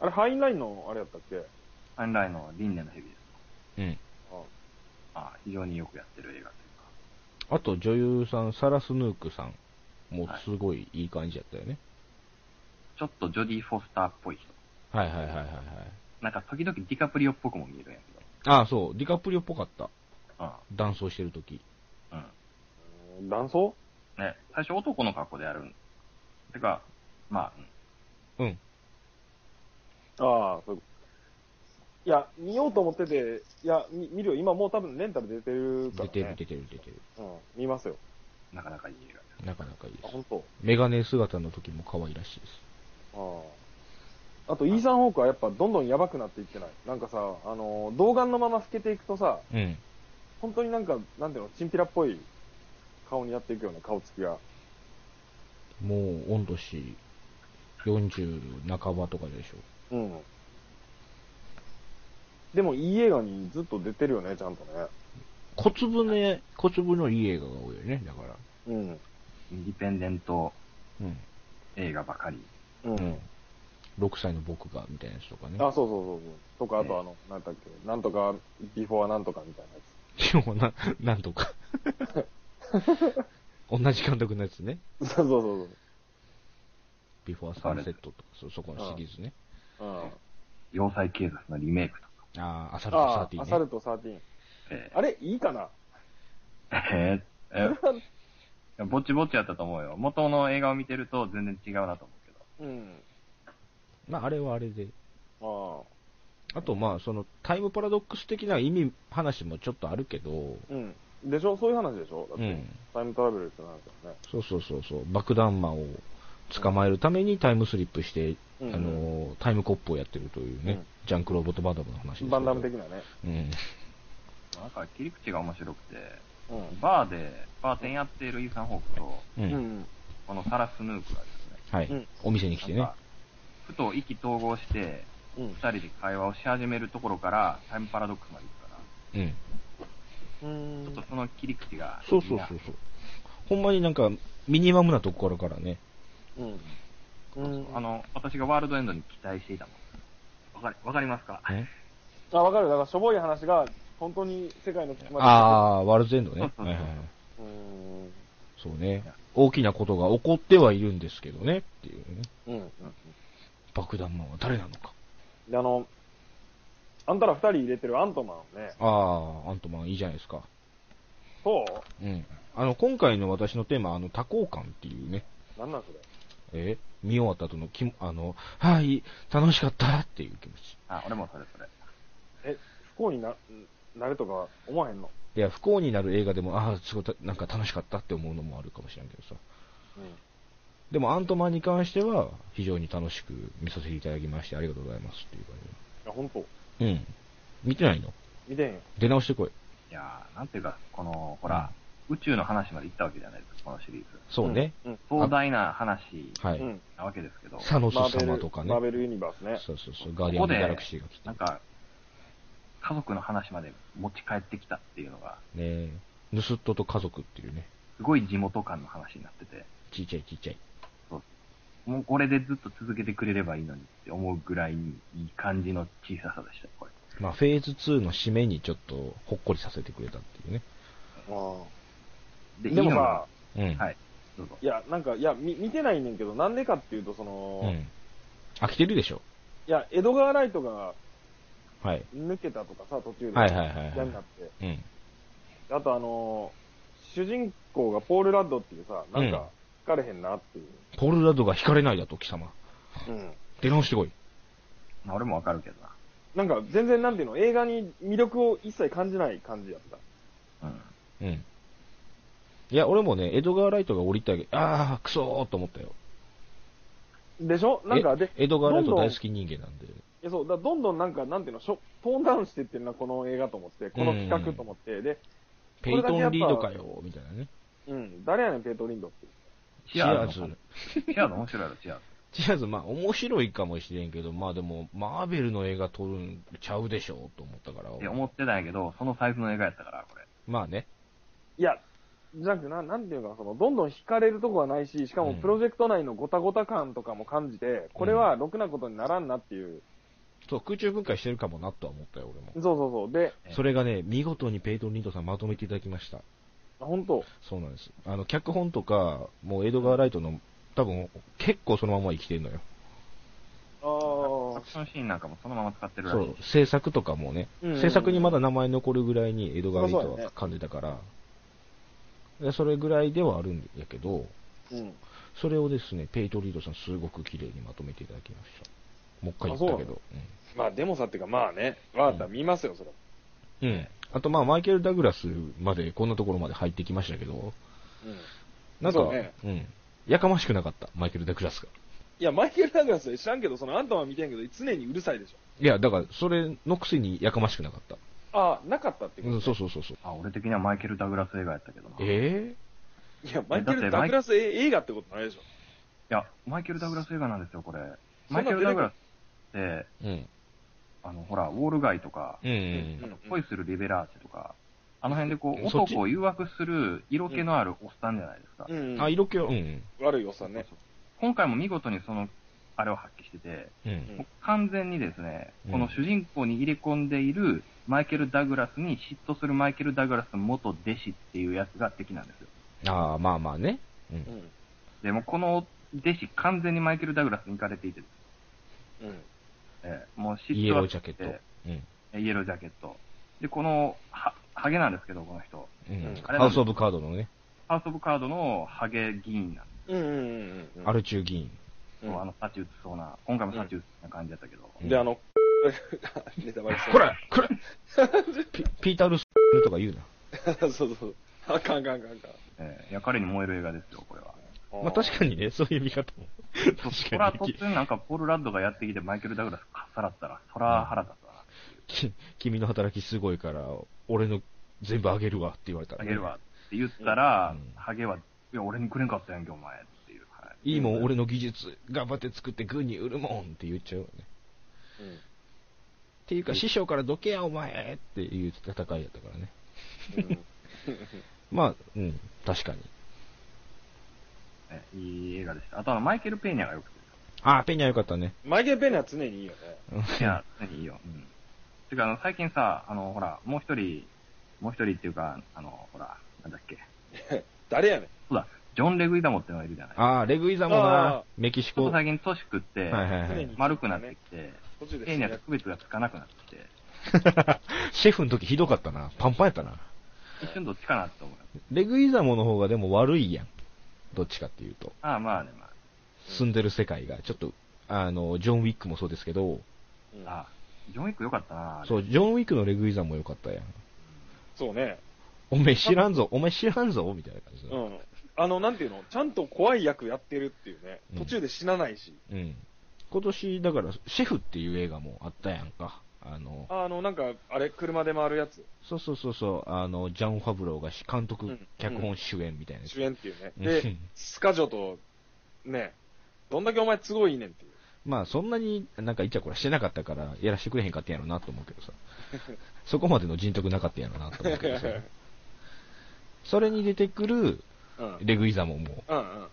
Speaker 3: あれ、ハインラインのあれやったっけ
Speaker 2: アンライの輪廻の蛇です。
Speaker 1: うん。うん。
Speaker 3: あ
Speaker 2: ああ、非常によくやってる映画というか。
Speaker 1: あと女優さん、サラスヌークさん。もうすごいいい感じやったよね。
Speaker 2: ちょっとジョディ・フォスターっぽい人。
Speaker 1: はいはいはいはいはい。
Speaker 2: なんか時々ディカプリオっぽくも見えるんやけ
Speaker 1: ああ、そう。ディカプリオっぽかった。
Speaker 2: ど。
Speaker 1: 断層してるとき。
Speaker 2: うん。うん。
Speaker 3: うーん男装
Speaker 2: ね、最初男の格好でやるん。てか、まあ、うん
Speaker 1: うん。
Speaker 3: ああ、そういうこといや、見ようと思ってて、いや、み見るよ。今もう多分レンタル出てるから、
Speaker 1: 出
Speaker 3: ね。
Speaker 1: てる出てる出てる。
Speaker 3: うん、見ますよ。
Speaker 2: なかなかいい映画です。
Speaker 1: なかなかいいで
Speaker 3: あ、
Speaker 1: す。
Speaker 3: 本当。
Speaker 1: メガネ姿の時も可愛らしいです。
Speaker 3: ああ。あと、イーサン・ホークはやっぱどんどんやばくなっていってない。なんかさ、あの、童顔のまま老けていくとさ、
Speaker 1: うん。
Speaker 3: 本当になんか、なんていうの、チンピラっぽい顔になっていくような顔つきが。
Speaker 1: もう、御年40半ばとかでしょ。
Speaker 3: うん。でも、いい映画にずっと出てるよね、ちゃんとね。
Speaker 1: 小粒ね、小粒のいい映画が多いよね、だから。
Speaker 3: うん。
Speaker 2: インディペンデント
Speaker 1: うん。
Speaker 2: 映画ばかり。
Speaker 3: うん。
Speaker 1: うん。6歳の僕が、みたいなやつとかね。
Speaker 3: あ、そうそうそうそう。とか、あとあの、なんだっけ、なんとか、ビフォーなんとかみたいなや
Speaker 1: 今日な、なんと [LAUGHS] か。同じ監督のやつね。
Speaker 3: つ。 [LAUGHS] そうそうそう
Speaker 1: ビフォーサンセットとか、そそこのシリーズね。
Speaker 3: そう。うん。
Speaker 2: 要塞警察のリメイクとか。
Speaker 1: ああ、アサルトサー
Speaker 3: あ
Speaker 1: テ
Speaker 3: あ、
Speaker 1: ィ
Speaker 3: アサ
Speaker 1: ーね。
Speaker 3: ルト13。
Speaker 2: え
Speaker 3: あれ、いいかな
Speaker 2: ー、えー、えー、ぼちぼちやったと思うよ。元の映画を見てると全然違うなと思うけど。
Speaker 3: うん。
Speaker 1: まあ、あれはあれで。
Speaker 3: ああ。
Speaker 1: あと、まあ、その、タイムパラドックス的な意味、話もちょっとあるけど、
Speaker 3: うん。でしょそういう話でしょだって、
Speaker 1: うん
Speaker 3: タイムトラベルってなんですよね。
Speaker 1: そうそうそうそう、爆弾魔を捕まえるためにタイムスリップして、
Speaker 3: うん
Speaker 1: あのータイムコップをやってるというね、
Speaker 3: うん
Speaker 1: ジャンクロボットバンダムの話ですけど
Speaker 3: バンダム的なね。
Speaker 1: うん。
Speaker 2: なんか切り口が面白くて、
Speaker 3: うん。
Speaker 2: バーで、バー店やっているイーサン・ホークと、
Speaker 1: うん。
Speaker 3: うん。
Speaker 2: このサラ・スヌークがですね、
Speaker 1: はい。
Speaker 3: うん
Speaker 1: お店に来てね
Speaker 2: なん。かふと意気投合して、
Speaker 3: うん
Speaker 2: 二。人で会話をし始めるところから、タイムパラドックスまで行くか
Speaker 1: うん。
Speaker 2: ら、
Speaker 3: う
Speaker 2: ちょっ
Speaker 3: ん
Speaker 2: と。その切り口がいい
Speaker 1: そ
Speaker 2: な、
Speaker 1: うそうそうそう。ほんまになんか、ミニマムなところからね。
Speaker 3: うん。う。
Speaker 2: そうそうんあの、私がワールドエンドに期待していたもん。わかり、わかりますか
Speaker 1: ね
Speaker 3: あ、わかる。だから、しょぼい話が、本当に世界のまで
Speaker 1: あー、ワールドエンドね。
Speaker 2: そ
Speaker 1: はいは
Speaker 2: うそうそう
Speaker 1: いはい。
Speaker 3: うん。
Speaker 1: そうね。大きなことが起こってはいるんですけどね。っていうね。
Speaker 3: うん。
Speaker 1: 爆弾魔は誰なのか。
Speaker 3: で、あの、あんたら二人入れてるアントマンをね、
Speaker 1: あー、アントマンいいじゃないですか。
Speaker 3: そう
Speaker 1: うん。あの、今回の私のテーマ、あの、多幸感っていうね。
Speaker 3: なんなんそれ。
Speaker 1: え見終わった後のきも、あの、はい、楽しかったっていう気持ち。
Speaker 2: あ、俺もそれそれ。
Speaker 3: え、不幸にな、なるとか思わへんの
Speaker 1: いや、不幸になる映画でも、ああ、すごいた、なんか楽しかったって思うのもあるかもしれんけどさ。
Speaker 3: う。
Speaker 1: でも、アントマンに関しては、非常に楽しく見させていただきまして、ありがとうございますっていうん
Speaker 3: あ、本当
Speaker 1: 感じ。うん。見てないの
Speaker 3: 見てへんよ。
Speaker 1: 出直してこい。
Speaker 2: いやー、なんていうか、この、ほら、宇宙の話まで行ったわけじゃないですか、このシリーズ。
Speaker 1: そうね。
Speaker 3: うん。
Speaker 2: 壮大な話
Speaker 1: は
Speaker 3: う
Speaker 1: い。
Speaker 3: ん。
Speaker 2: なわけですけど、
Speaker 1: サノス
Speaker 3: マーベ
Speaker 1: 様
Speaker 3: ル、
Speaker 1: とかね
Speaker 3: マー。ベルユニバースね。
Speaker 1: そうそうそう、ガーディアンズ・ギャラクシーが来て
Speaker 2: なん。か、家族の話まで持ち帰ってきたっていうのが、
Speaker 1: ねえ、ヌスットと家族っていうね。
Speaker 2: すごい地元感の話になってて、
Speaker 1: ちっちゃいちっちゃい。
Speaker 2: もうこれでずっと続けてくれればいいのにって思うぐらいにいい感じの小ささでしたよ、これ。
Speaker 1: まあ、フェーズ2の締めにちょっとほっこりさせてくれたっていうね。
Speaker 3: あ
Speaker 2: で、
Speaker 3: でも
Speaker 2: いいのが
Speaker 3: さ、
Speaker 1: うん。
Speaker 2: はい、どうぞ
Speaker 3: い。や、なんか、いや、み見てないねんけど、なんでかっていうと、その、
Speaker 1: う
Speaker 3: い
Speaker 1: ん。飽きてるでしょ。
Speaker 3: や、エドガー・ライトが
Speaker 1: はい。
Speaker 3: 抜けたとかさ、途中で。
Speaker 1: はいはいはいはい
Speaker 3: 嫌になって。
Speaker 1: うん。
Speaker 3: あと、あのー主人公がポール・ラッドっていうさ、なん
Speaker 1: うん
Speaker 3: か、疲れへんなっていう。
Speaker 1: ポールラッドが惹かれないだと、貴様。
Speaker 3: うん。
Speaker 1: 出直してこい。
Speaker 2: まあ俺もわかるけど
Speaker 3: なんか、全然、なんていうの、映画に魅力を一切感じない感じやった。
Speaker 2: な。うん。
Speaker 1: うん。いや、俺もね、エドガー・ライトが降りたけあー、クソーと思ったよ。
Speaker 3: でしょなんか、
Speaker 1: え
Speaker 3: で、
Speaker 1: エドガー・ライト
Speaker 3: どんどん
Speaker 1: 大好き人間なんで。
Speaker 3: いやそう、だからどんどんなんか、なんていうの、しょトーンダウンしてってるな、この映画と思って、この企画と思って、で、
Speaker 1: ペイトン・リードかよ、みたいなね。
Speaker 3: うん、誰やねん、ペイト・リンドって。
Speaker 1: チアーズ。
Speaker 2: チアーズ面白いやろ、チアーズ。
Speaker 1: チアーズ、まあ、面白いかもしれんけど、まあでも、マーベルの映画撮るんちゃうでしょ、と思ったから。
Speaker 2: って思ってたんやけど、そのサイズの映画やったから、これ。
Speaker 1: まあね。
Speaker 3: いや、じゃなくてな、なんていうかな、その、どんどん惹かれるとこはないし、しか
Speaker 1: う
Speaker 3: も
Speaker 1: ん
Speaker 3: プロジェクト内のごたごた感とかも感じて、これはろくなことにならんなっていう。
Speaker 1: そう、空中分解してるかもなとは思ったよ、俺も
Speaker 3: そう。そうそう。で、
Speaker 2: ええ
Speaker 1: それがね、見事にペイトン・リードさんまとめていただきました。
Speaker 3: 本当
Speaker 1: そうなんです。あの、脚本とか、もうエドガー・ライトの、多分、結構そのまま生きてるのよ。
Speaker 3: あ
Speaker 2: アクションシーンなんかもそのまま使ってるらし
Speaker 1: そ、
Speaker 2: いう
Speaker 1: 制作とかもね、
Speaker 3: うん
Speaker 1: 制作にまだ名前残るぐらいに江戸川リートは感じたから、でそれぐらいではあるんやけど、
Speaker 3: あ、うん。
Speaker 1: それをですね、ペイトリードさんすごく綺麗にまとめていただきました。もう一回言ったけど。
Speaker 3: まあ、でもさっていうか、まあね、わかった、見ますよ、それ。
Speaker 1: うん。うんあと、まあ、マイケル・ダグラスまで、こんなところまで入ってきましたけど、
Speaker 3: うん。い
Speaker 1: なんか、
Speaker 3: そうね
Speaker 1: うん。やかましくなかった、マイケル・ダグラスが。
Speaker 3: や、マイケル・ダグラスは知らんけど、その、アントマン見てんけど、常にうるさいでし
Speaker 1: いや、だから、それのくせにやかましくなかった。
Speaker 3: ょ。ああ、なかったってこと、
Speaker 1: うん、そうそうそうそう。
Speaker 2: あ、俺的にはマイケル・ダグラス映画やったけどな。い
Speaker 1: え
Speaker 3: いや、マイケル・ダグラスえ映画ってことないでしょ。
Speaker 2: や、マイケル・ダグラス映画なんですよ、これ。
Speaker 3: そ
Speaker 2: マイ
Speaker 3: んなん出
Speaker 2: ケ
Speaker 3: て
Speaker 2: ル・
Speaker 3: く
Speaker 2: ダ
Speaker 3: る
Speaker 2: グラスって、
Speaker 1: えうん。
Speaker 2: あの、ほら、ウォール街とか、
Speaker 1: うん
Speaker 3: うんうん
Speaker 2: 恋するリベラーチェとか、あの辺でこう、
Speaker 1: そっち
Speaker 2: 男を誘惑する色気のあるおっさんじゃないですか。
Speaker 3: う。
Speaker 1: うんん。あ、色気は、うん。
Speaker 3: 悪いおっさんね。
Speaker 2: 今回も見事にその、あれを発揮してて、
Speaker 1: うん。
Speaker 2: もう完全にですね
Speaker 1: う、ん
Speaker 2: この主人公に入れ込んでいるマイケル・ダグラスに嫉妬するマイケル・ダグラスの元弟子っていうやつが敵なんですよ。
Speaker 1: ああ、まあまあね。う。
Speaker 3: うんん。
Speaker 2: でもうこの弟子完全にマイケル・ダグラスに行かれていて、
Speaker 3: うん。
Speaker 2: えーもう嫉
Speaker 1: イエ
Speaker 2: 妬
Speaker 1: ロー
Speaker 2: は
Speaker 1: ジャケット。
Speaker 2: え
Speaker 1: うん。
Speaker 2: ーイエロージャケット。で、このハ、ハゲなんですけど、この人。
Speaker 1: うん
Speaker 3: うん
Speaker 1: ハウス・オブ・カードのね、
Speaker 2: ハウス・オブ・カードのハゲ議員なんで
Speaker 3: うんうんうん。
Speaker 1: アルチュー議員。
Speaker 2: すよ。あの、幸打ちそうな、今回も幸打ちな感じだったけど。
Speaker 1: うん
Speaker 3: で、 [LAUGHS] あの、ネタバレし
Speaker 1: こら
Speaker 3: [LAUGHS]
Speaker 1: こらピピーター・ルスとか言うな。
Speaker 3: た。 [LAUGHS] そうそう。あかんあかんあかんあか
Speaker 2: えー、いや彼に燃える映画ですよ、これは。
Speaker 3: ん。
Speaker 1: まあ確かにね、そういう見方も。
Speaker 2: そら
Speaker 1: 確か
Speaker 2: 突
Speaker 1: に。
Speaker 2: 然なんかポール・ラッドがやってきてマイケル・ダグラスかっさらったら、そら腹立つわ。
Speaker 1: き君の働きすごいから、俺の全部あげるわって言われたら、
Speaker 2: あ
Speaker 1: ね。
Speaker 2: げるわって言ったら、
Speaker 1: うん
Speaker 2: ハゲは、いや、俺にくれんかったやんけ、お前っていう。はい
Speaker 1: いいもん、俺の技術、頑張って作って軍に売るもんって言っちゃうよね。っていうか、師匠からどけや、お前っていう戦いやったからね。
Speaker 3: うん。うん。
Speaker 1: まあ、うん、確かに。
Speaker 2: ねいい映画でした。あとはマイケル・ペーニャがよく
Speaker 1: あー、ペニャよかったね。
Speaker 3: マイケル・ペーニャは常にいいよね。
Speaker 1: うん
Speaker 2: て。いや、何いいよ。うん。てか、あの、最近さ、あの、ほら、もう一人、もう一人っていうか、あの、ほら、なんだっけ。
Speaker 3: 誰やねん。
Speaker 2: そうだ、ジョン・レグイダモってのがいるじゃない。ち
Speaker 1: あー、レグイザも
Speaker 3: あー
Speaker 1: な、メキシ
Speaker 2: ょっ
Speaker 1: コ。
Speaker 2: と
Speaker 1: はい
Speaker 2: 最近年食って、
Speaker 1: はいは
Speaker 3: 常
Speaker 1: い
Speaker 3: に。
Speaker 2: 丸くなってきて、
Speaker 3: 途中で
Speaker 2: ペーニャと区別がつかなくなってきて、
Speaker 1: [LAUGHS] シェフの時ひどかったな。パンパンやったな。
Speaker 2: 一瞬どっちかなって思う。
Speaker 1: レグイザモの方がでも悪いやん。どっちかっていうと。
Speaker 2: ああ、まあね、まあ。
Speaker 1: 住んでる世界が。ちょっと、あの、ジョン・ウィックもそうですけど、
Speaker 3: うん
Speaker 2: あジョン・ウィックよかったな
Speaker 1: そう、ジョン・ウィックのレグイザモ良かったやん。
Speaker 3: そうね。
Speaker 1: おめえ知らんぞ、おめえ知らんぞ、みたいな感じだ
Speaker 3: う
Speaker 1: ね
Speaker 3: ん。あの、なんていうのちゃんと怖い役やってるっていうね
Speaker 1: う。ん
Speaker 3: 途中で死なないし。
Speaker 1: うん。今年、だから、シェフっていう映画もあったやんか。あの、
Speaker 3: あの、なんか、あれ、車で回るやつ。
Speaker 1: そうそうそうそう、あの、ジャン・ファブローがし監督、
Speaker 3: うん
Speaker 1: 脚本、主演みたいなやつ
Speaker 3: 主演っていうね。
Speaker 1: う
Speaker 3: で
Speaker 1: ん、
Speaker 3: スカジョと、ね、どんだけお前都合いいねんっていう。
Speaker 1: まあ、そんなになんかイチャコラしてなかったから、やらしてくれへんかったんやろなと思うけ
Speaker 3: [LAUGHS]
Speaker 1: どさ。そこまでの人徳なかったんやろなと思うけどさ。それに出てくる
Speaker 3: うん。
Speaker 1: レグイザモも、
Speaker 3: うんうんうん。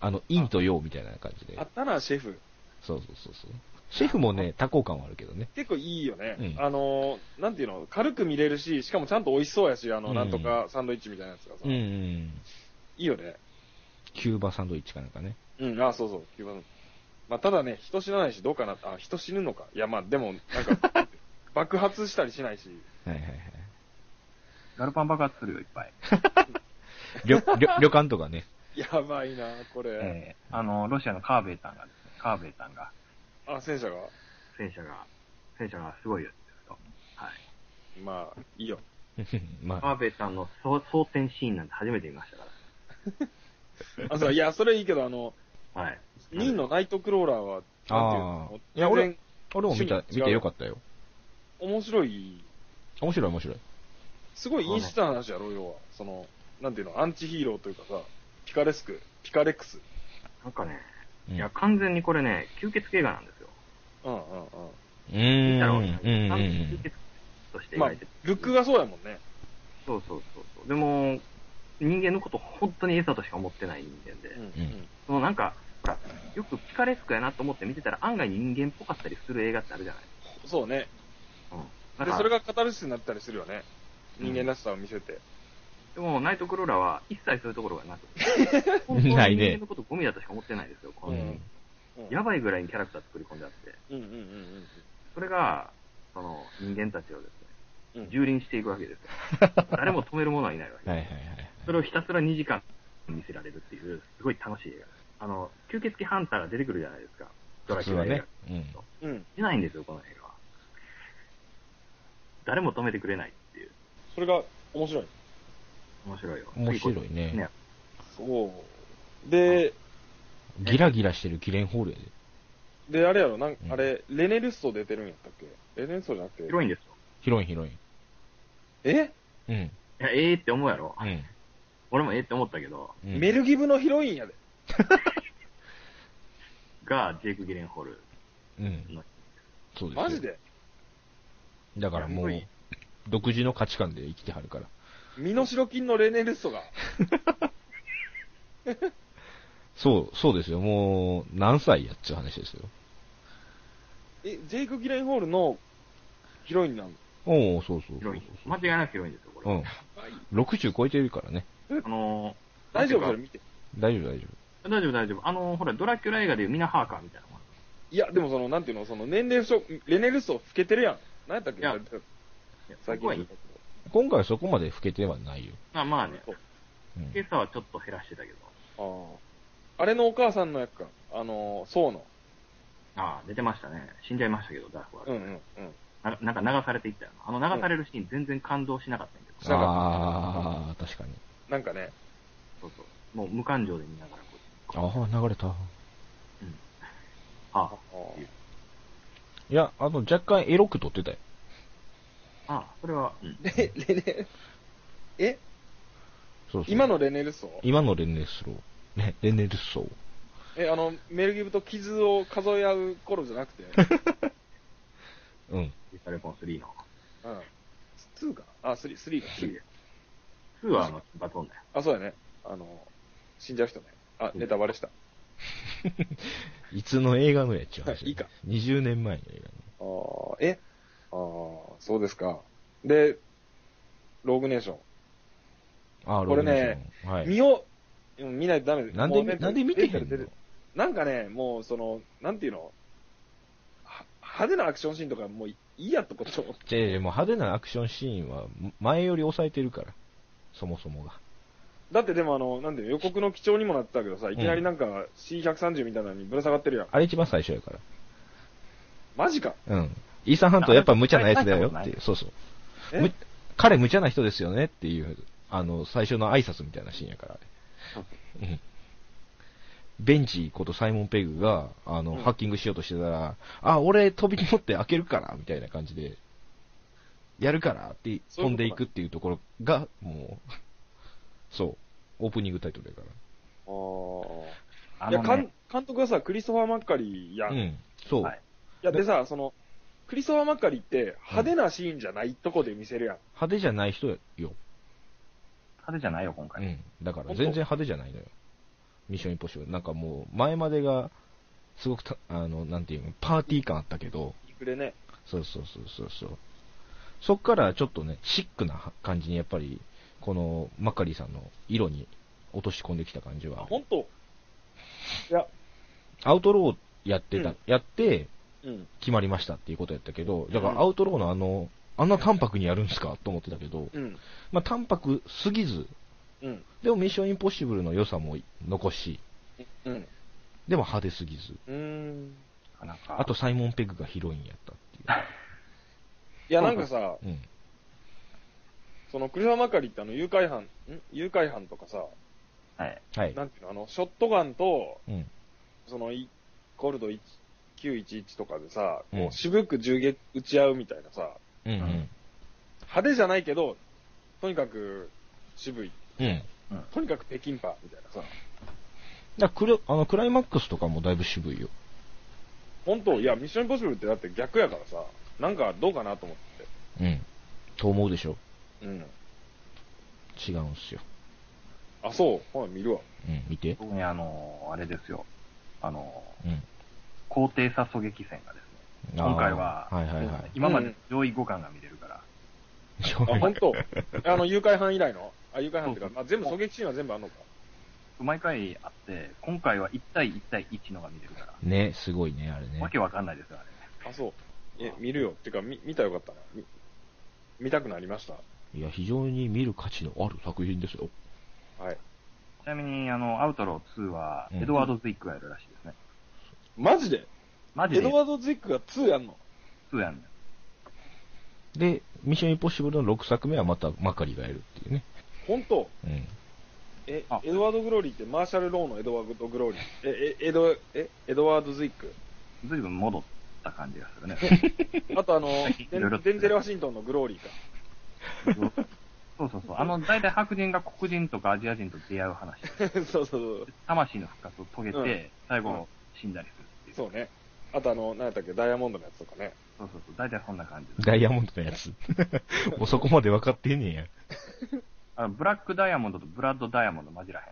Speaker 1: あの、陰と陽みたいな感じで
Speaker 3: あ。ったな、シェフ。
Speaker 1: そうそうそうそう。シェフもね、多幸感はあるけどね。
Speaker 3: 結構いいよね。
Speaker 1: うん
Speaker 3: あのー、なんていうの軽く見れるし、しかもちゃんと美味しそうやし、あ
Speaker 1: う
Speaker 3: の、
Speaker 1: ん
Speaker 3: なんとかサンドイッチみたいなやつがさ。
Speaker 1: うんう
Speaker 3: い
Speaker 1: ん。
Speaker 3: いよね。
Speaker 1: キューバサンドイッチかなんかね。
Speaker 3: うん、あ、そうそう、9番。まあ、ただね、人死なないし、どうかなあ、人死ぬのか。いや、まあ、でも、な
Speaker 1: [LAUGHS]
Speaker 3: んか、爆発したりしないし。
Speaker 1: はいはいはい。
Speaker 2: ガルパン爆発するよ、いっぱい。
Speaker 1: 旅 [LAUGHS] 旅旅館とかね。
Speaker 3: やばいな、これ。
Speaker 2: えーあの、ロシアのカーベイタンがですね、カーベイタンが、
Speaker 3: あ、戦車が。
Speaker 2: 戦車が、戦車がすごいよですよ。はい。
Speaker 3: まあ、い
Speaker 1: [LAUGHS]
Speaker 3: いよ。
Speaker 1: まあ、
Speaker 2: カーベイタンの装装填シーンなんて初めて見ましたか
Speaker 3: あ、そう、いや、それいいけど、あの、
Speaker 2: ら。はい。
Speaker 3: 2位のナイトクローラーは、なんていうの
Speaker 1: あーいや
Speaker 3: 全然
Speaker 1: 俺も見た、
Speaker 3: 趣味違
Speaker 1: 見
Speaker 3: う
Speaker 1: てよかったよ。
Speaker 3: 面白い、
Speaker 1: 面白い面白い。
Speaker 3: すごいインスタな話やろ、要は。その、なんていうの、アンチヒーローというかさ、ピカレスク、ピカレックス。
Speaker 2: なんかね、
Speaker 1: うん
Speaker 2: いや、完全にこれね、吸血映画なんですよ。
Speaker 3: うんうんうん。
Speaker 1: うーん。
Speaker 2: だろ
Speaker 1: う
Speaker 2: う
Speaker 1: んうんう
Speaker 2: 吸
Speaker 1: ん
Speaker 2: 血として
Speaker 3: まあ
Speaker 2: 描いてる。、
Speaker 3: ルックがそうやもんね。
Speaker 2: そうそうそうそう。でも、人間のこと本当に餌としか思ってない人間で、
Speaker 3: うん
Speaker 1: ん
Speaker 2: そのなんか、ほら、よくピカレスクやなと思って見てたら案外人間っぽかったりする映画ってあるじゃない。
Speaker 3: そうね。
Speaker 2: うん。
Speaker 3: で、
Speaker 2: だか
Speaker 3: それ
Speaker 2: ら、
Speaker 3: がカタルシスになったりするよね。人間らしさを見せて。
Speaker 2: でもナイトクローラーは一切そういうところがなく
Speaker 1: [LAUGHS]
Speaker 2: て、本当に
Speaker 1: ないね
Speaker 2: 人間のことゴミだとしか思ってないですよ。こ
Speaker 1: う
Speaker 2: の
Speaker 1: ん。
Speaker 3: うん
Speaker 2: やばいぐらいにキャラクター作り込んであって、
Speaker 3: うんうんうん
Speaker 2: それが、その人間たちをです
Speaker 3: う
Speaker 2: ね
Speaker 3: ん、
Speaker 2: 蹂躙していくわけですよ。誰も止める者はいないわ
Speaker 1: [LAUGHS]
Speaker 2: け
Speaker 1: はい
Speaker 2: で
Speaker 1: はい
Speaker 2: す。それをひたすら2時間見せられるっていう、すごい楽しい映画です。あの、吸血鬼ハンターが出てくるじゃないですか。ド
Speaker 1: は
Speaker 2: ラ
Speaker 1: い。普
Speaker 2: キ
Speaker 1: 通
Speaker 2: ュラ
Speaker 1: は
Speaker 2: 映画。
Speaker 1: ね。うん。
Speaker 3: うん。うん。
Speaker 2: 出ないんですよ、この映画は。誰も止めてくれないっていう。
Speaker 3: それが面白い。
Speaker 2: 面白いよ。
Speaker 1: 面白い
Speaker 2: 次
Speaker 1: ね。
Speaker 2: こ
Speaker 3: そう。で、
Speaker 1: ギラギラしてるキレンホールやで。
Speaker 3: で、あれやろ、なん
Speaker 1: うん
Speaker 3: あれ、レネルスト出てるんやったっけレネルストじゃなく
Speaker 2: う
Speaker 3: て。
Speaker 2: 広いんですよ。
Speaker 1: 広い広い。
Speaker 3: え、
Speaker 1: うん。
Speaker 2: いや、ええって思うやろ。
Speaker 1: うん。
Speaker 2: 俺もええって思ったけど、
Speaker 1: うん
Speaker 3: メルギブのヒロインやで。
Speaker 2: が、ジェイク・ギレンホール。
Speaker 1: うん。そうですよ
Speaker 3: マジで
Speaker 1: だからもう
Speaker 2: いや、
Speaker 1: 独自の価値観で生きてはるから。
Speaker 3: 身の代金のレネルストが。
Speaker 1: そう、そうですよ。もう、何歳やっちゅう話ですよ。
Speaker 3: え、ジェイク・ギレンホールのヒロインなん
Speaker 1: おおそうそうそう
Speaker 2: 広い
Speaker 1: そ。
Speaker 2: 間違いなく広いんですよ、こ
Speaker 1: う。う
Speaker 2: れ。
Speaker 1: ん。60超えてるからね。
Speaker 2: あのー
Speaker 3: 大丈夫
Speaker 2: なんて
Speaker 3: そ
Speaker 2: いう
Speaker 3: れ見て。
Speaker 1: 大丈夫大丈
Speaker 2: か大丈夫、大丈夫。あのーほら、ドラキュラ映画でいうミナ・ハーカーみたいなもん。
Speaker 3: いや、でもその、なんていうの、その年齢不足、レネルスト老けてるやん。何やったっけ
Speaker 2: いやいや
Speaker 3: 最
Speaker 2: そ
Speaker 3: 近
Speaker 2: こはい
Speaker 3: 言
Speaker 2: い
Speaker 3: った。けど
Speaker 1: 夫。今回はそこまで老けてはないよ。
Speaker 2: まあまあね、
Speaker 1: うん
Speaker 2: 今朝はちょっと減らしてたけど。
Speaker 3: あああれのお母さんの役か。あの、そうの。
Speaker 2: ああ、出てましたね。死んじゃいましたけど、ダークは。
Speaker 3: うんうんうん。
Speaker 2: ななんか流されていったよな。あの流されるシーン全然感動しなかったんやけど。
Speaker 3: しな
Speaker 1: ああ、確かに。
Speaker 3: なんかね、
Speaker 2: そうそう。もう無感情で見ながらこう。
Speaker 1: ああ、流れた。
Speaker 2: あ
Speaker 1: いや、あの、若干エロく撮ってたよ。
Speaker 2: あ、ああそれは、うん
Speaker 3: レレネ、え
Speaker 1: そうそう
Speaker 3: 今のレネルソ
Speaker 1: 今のレンネスロー。ね、レネルソー。
Speaker 3: え、あの、メルギブと傷を数え合う頃じゃ
Speaker 1: [LAUGHS]
Speaker 3: なくて、
Speaker 1: うん。
Speaker 2: デジタルコン3の。 [LAUGHS]
Speaker 3: うん。2かなあ、3、3か。
Speaker 2: 3です。2はあの、バトンだよ。
Speaker 3: あ、そうやね。あの、死んじゃう人ね。あ、ネタバレした。
Speaker 1: いつの映画のやっちゅう話、
Speaker 3: いいか。
Speaker 1: 20年前の映
Speaker 3: ああ、えああ、そうですか。で、ローグネーション。
Speaker 1: 画。あー
Speaker 3: これね、
Speaker 1: ロードネーションはい。
Speaker 3: 見よう。うん見ないとダメです。
Speaker 1: なん
Speaker 3: も
Speaker 1: で、
Speaker 3: うね
Speaker 1: なんで見てへ
Speaker 3: 出
Speaker 1: ん
Speaker 3: て
Speaker 1: の
Speaker 3: るなんかね、もうその、なんていうのは派手なアクションシーンとかもういいやと [LAUGHS] こと。
Speaker 1: じゃもう派手なアクションシーンは前より抑えてるから。そもそもが。
Speaker 3: だってでもあの、なんで予告の基調にもなってたけどさ、いきなりなんか C130 みたいなのにぶら下がってるやん。
Speaker 1: あれ一番最初やか。
Speaker 3: マジから
Speaker 1: うん。イーサンハントやっぱ無茶なやつだよっていう。そうそう。
Speaker 3: え
Speaker 1: む彼無茶な人ですよねっていう、あの、最初の挨拶みたいなシーンやから、あれうん。ベンチことサイモン・ペグが、あの、
Speaker 3: うん
Speaker 1: ハッキングしようとしてたら、あ、俺飛び乗って開けるから、みたいな感じで、やるからって
Speaker 3: そうい
Speaker 1: 飛
Speaker 3: うことだ
Speaker 1: んでいくっていうところが、もう、そう、オープニングタイトルやか
Speaker 3: あー
Speaker 2: あ
Speaker 3: いや、
Speaker 2: の、
Speaker 3: 監
Speaker 2: ね、
Speaker 3: 監督はさ、クリストファー・マッカリーや。
Speaker 1: ら。うん
Speaker 3: い
Speaker 1: ん。そう。
Speaker 2: はい
Speaker 3: や、でさ、その、クリストファー・マッカリーって派手なシーンじゃないとこで見せるやん。
Speaker 1: 派手じゃない人よ。
Speaker 2: 派手じゃないよ、今
Speaker 1: う
Speaker 2: 回。
Speaker 1: ん。だから全然派手じゃないのよ。ミッションインポッシブル。なんかもう、前までが、すごくた、あの、なんていうの、パーティー感あったけど、
Speaker 3: インフレね。
Speaker 1: そうそうそうそうそう。そっからちょっとね、シックな感じにやっぱり、このマッカリーさんの色に落とし込んできた感じ
Speaker 3: あ、
Speaker 1: は。
Speaker 3: ほんと
Speaker 1: アウトローやってた、
Speaker 3: うん
Speaker 1: やって
Speaker 3: うん。
Speaker 1: 決まりましたっていうことやったけど、だか
Speaker 3: うん
Speaker 1: らアウトローのあの、あんな淡白にやるんすかと思ってたけど、
Speaker 3: うん。
Speaker 1: まあ淡白すぎず、
Speaker 3: うん。
Speaker 1: でもミッションインポッシブルの良さも残し、
Speaker 3: うん。
Speaker 1: でも派手すぎず、
Speaker 3: うーん。
Speaker 2: なんか
Speaker 1: あと、サイモン・ペグがヒロインやったっ
Speaker 3: いや、なんかさ、
Speaker 1: ていう。うん。
Speaker 3: そのクリストファー・マッカリーってあの、誘拐犯、ん誘拐犯とかさ、
Speaker 2: はい。
Speaker 1: はい。
Speaker 3: なんていうの、あの、ショットガンと、
Speaker 1: うん。
Speaker 3: その、いコールド911とかでさ、
Speaker 1: うん
Speaker 3: こう渋く銃撃撃ち合うみたいなさ、
Speaker 1: うんうん。
Speaker 3: 派手じゃないけど、とにかく渋い、
Speaker 1: うん。
Speaker 3: とにかく北京パーみたいな
Speaker 1: だ
Speaker 3: さ、
Speaker 1: からクロあの、クライマックスとかもだいぶ渋いよ。
Speaker 3: 本当、いや、ミッションインポッシブルってだって逆やからさ、なんかどうかなと思って。
Speaker 1: うん。と思うでしょ。
Speaker 3: うん。
Speaker 1: 違うんすよ。
Speaker 3: あ、そう、ほら見るわ。
Speaker 1: うん、見て。
Speaker 2: 特にあの、あれですよ。あの、
Speaker 1: うん。
Speaker 2: 皇帝殺狙撃戦がですね、
Speaker 1: あー
Speaker 2: 今回は
Speaker 1: はいはい
Speaker 2: [LAUGHS]
Speaker 1: はい。
Speaker 2: 今まで上位互換が見れるから、
Speaker 3: あ、
Speaker 1: [LAUGHS]
Speaker 3: 本当。あの、誘拐犯以来のあ、誘拐犯っていうか、まあ、全部狙撃シーンは全部あんのか。
Speaker 2: 毎回あって、今回は1対1対1のが見れるから、
Speaker 1: [LAUGHS] ね、すごいね、あれね
Speaker 2: わ。けわかんないですよ、あれね。
Speaker 3: あ、そう。え、見るよ。ってか、み見たらよかったな。み見たくなりました。
Speaker 1: いや、非常に見る価値のある作品ですよ。
Speaker 3: はい。
Speaker 2: ちなみに、あの、アウトロー2は、
Speaker 1: うん
Speaker 2: エドワード・ズイックがやるらしいですね。
Speaker 3: マジで
Speaker 2: マジ
Speaker 3: エ
Speaker 2: で
Speaker 3: ドワード・ズイックが2やんの
Speaker 2: 2やんねん。
Speaker 1: で、ミッションインポッシブルの6作目はまたマカリがやるっていうね。
Speaker 3: 本当
Speaker 1: うん。
Speaker 3: え
Speaker 2: あ、
Speaker 3: エドワード・グローリーってマーシャル・ローのエドワード・グローリー。え、えエド、え、エドワード・ズイッ [LAUGHS] ク。
Speaker 2: ずいぶん戻った感じがす [LAUGHS] るね。
Speaker 3: あとあの、デ
Speaker 2: いろいろ
Speaker 3: ンデンゼル・ワシントンのグローリーか。
Speaker 2: そうそうそう。あの、大体白人が黒人とかアジア人と出会う話。
Speaker 3: [LAUGHS] そうそうそう。
Speaker 2: 魂の復活を遂げて、
Speaker 3: うん
Speaker 2: 最後、死んだりするっていう。
Speaker 3: そうね。あとあの、何やったっけ、ダイヤモンドのやつとかね。
Speaker 2: そうそうそう。大体そんな感じ
Speaker 1: ダイヤモンドのやつ。 [LAUGHS] もうそこまで分かってんねんや。
Speaker 2: あのブラックダイヤモンドとブラッドダイヤモンド混じらへん。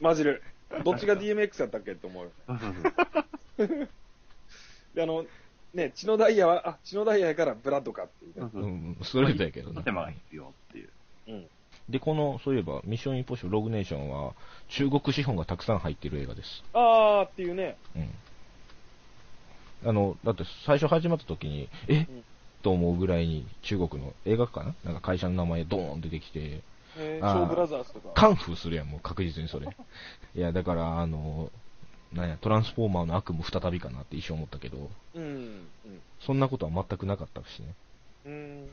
Speaker 3: マジ [LAUGHS] で。どっちが DMX やったっけって思うよね。
Speaker 2: そうそうそう。
Speaker 3: で、あの、ね、血のダイヤは、あ、血のダイヤやからブラッドかっていう
Speaker 2: そ
Speaker 3: ね
Speaker 2: う。
Speaker 1: う
Speaker 2: そう。
Speaker 1: ん、それだけど
Speaker 2: 一
Speaker 1: な。
Speaker 2: 手間が必要っていう。
Speaker 3: うん。
Speaker 1: で、この、そういえば、ミッションインポッシブルログネーションは、中国資本がたくさん入ってる映画です。
Speaker 3: あーっていうね。
Speaker 1: うん。あの、だって最初始まった時に、え、
Speaker 3: うん
Speaker 1: と思うぐらいに中国の映画かななんか会社の名前ドーン出てきて、
Speaker 3: え
Speaker 1: あー
Speaker 3: ー、ショーブラザーズとか。
Speaker 1: カンフーするやん、もう確実にそれ。
Speaker 2: [LAUGHS]
Speaker 1: いや、だから、あの、なんや、トランスフォーマーの悪夢再びかなって一瞬思ったけど、
Speaker 3: うん。うん。
Speaker 1: そんなことは全くなかったしね。
Speaker 3: うん。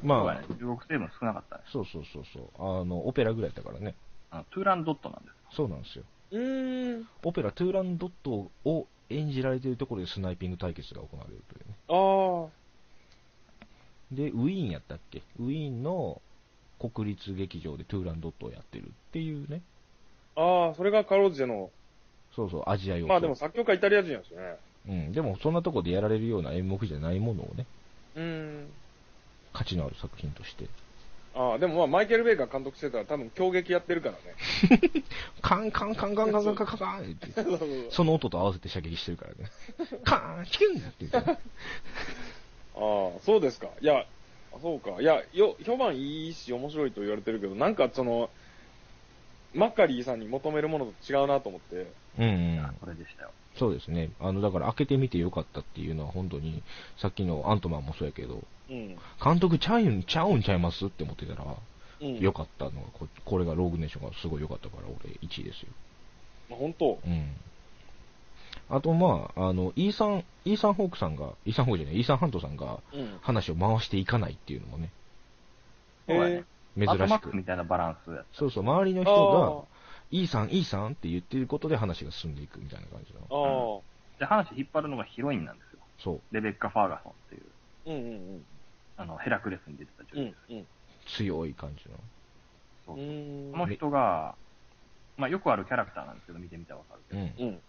Speaker 2: そう
Speaker 1: ま
Speaker 2: や
Speaker 1: あ
Speaker 2: ね、中国成分少なかったね。
Speaker 1: そうそうそうそう、あの、オペラぐらいだからね。
Speaker 2: あのトゥーランドットなんです。
Speaker 1: そうなんですよ。
Speaker 3: うーん。
Speaker 1: オペラトゥーランドットを演じられているところでスナイピング対決が行われるというね。
Speaker 3: あー。
Speaker 1: で、ウィーンやったっけウィーンの国立劇場でトゥーランドットをやってるっていうね。
Speaker 3: あああ、それがかろうじての、
Speaker 1: そうそう、アジア用
Speaker 3: まあでも作曲家イタリア人なんですよね。
Speaker 1: うん、でもそんなとこでやられるような演目じゃないものをね、
Speaker 3: うーん。
Speaker 1: 価値のある作品として。
Speaker 3: ああ、でもまあマイケル・ベイカー監督してたら多分狂撃やってるからね。
Speaker 1: カンカンカンカンカンカンカンカンカンって
Speaker 3: [LAUGHS]
Speaker 1: 言って、その音と合わせて射撃してるからね。カーンチキュンって言ってね。
Speaker 3: ああ、そうですか。いや、あそうか。いや、よ、評判いいし面白いと言われてるけど、なんかその、マッカリーさんに求めるものと違うなと思って。
Speaker 1: うん、う
Speaker 2: あ
Speaker 1: ん。
Speaker 2: これでしたよ。
Speaker 1: そうですね。あの、だから開けてみてよかったっていうのは本当に、さっきのアントマンもそうやけど、
Speaker 3: うん。
Speaker 1: 監督ちゃうん、ちゃうんちゃいますって思ってたら、
Speaker 3: うん。
Speaker 1: 良かったのがこ、これがローグネーションがすごい良かったから、俺1位ですよ。
Speaker 3: まあ本当。
Speaker 1: うん。あと、まあ、あの、イーサン、イーサンホークさんが、イーサンホークじゃない、イーサンハントさんが
Speaker 3: うん。
Speaker 1: 話を回していかないっていうのもね、
Speaker 3: え
Speaker 2: そうだね。
Speaker 1: 珍
Speaker 2: アートマ
Speaker 1: し
Speaker 2: ック
Speaker 1: く。
Speaker 2: みたいなバランスやった。
Speaker 1: そうそう、周りの
Speaker 3: あ
Speaker 1: 人が、イーサン、イーサンって言ってることで話が進んでいくみたいな感じ
Speaker 3: あ、
Speaker 1: の。
Speaker 3: ああ、
Speaker 2: で、話引っ張るのがヒロインなんですよ。
Speaker 1: そう、
Speaker 2: レベッカ・ファーガソンっていう、
Speaker 3: うんうん
Speaker 2: あの、ヘラクレスに出てた
Speaker 3: うん。う
Speaker 2: 女優
Speaker 3: んうん。
Speaker 1: 強い感じの。
Speaker 2: そうう
Speaker 3: ーん
Speaker 2: この人が、まあよくあるキャラクターなんですけど、見てみたらわかるけ
Speaker 1: う
Speaker 2: ど、
Speaker 1: ん。
Speaker 3: うん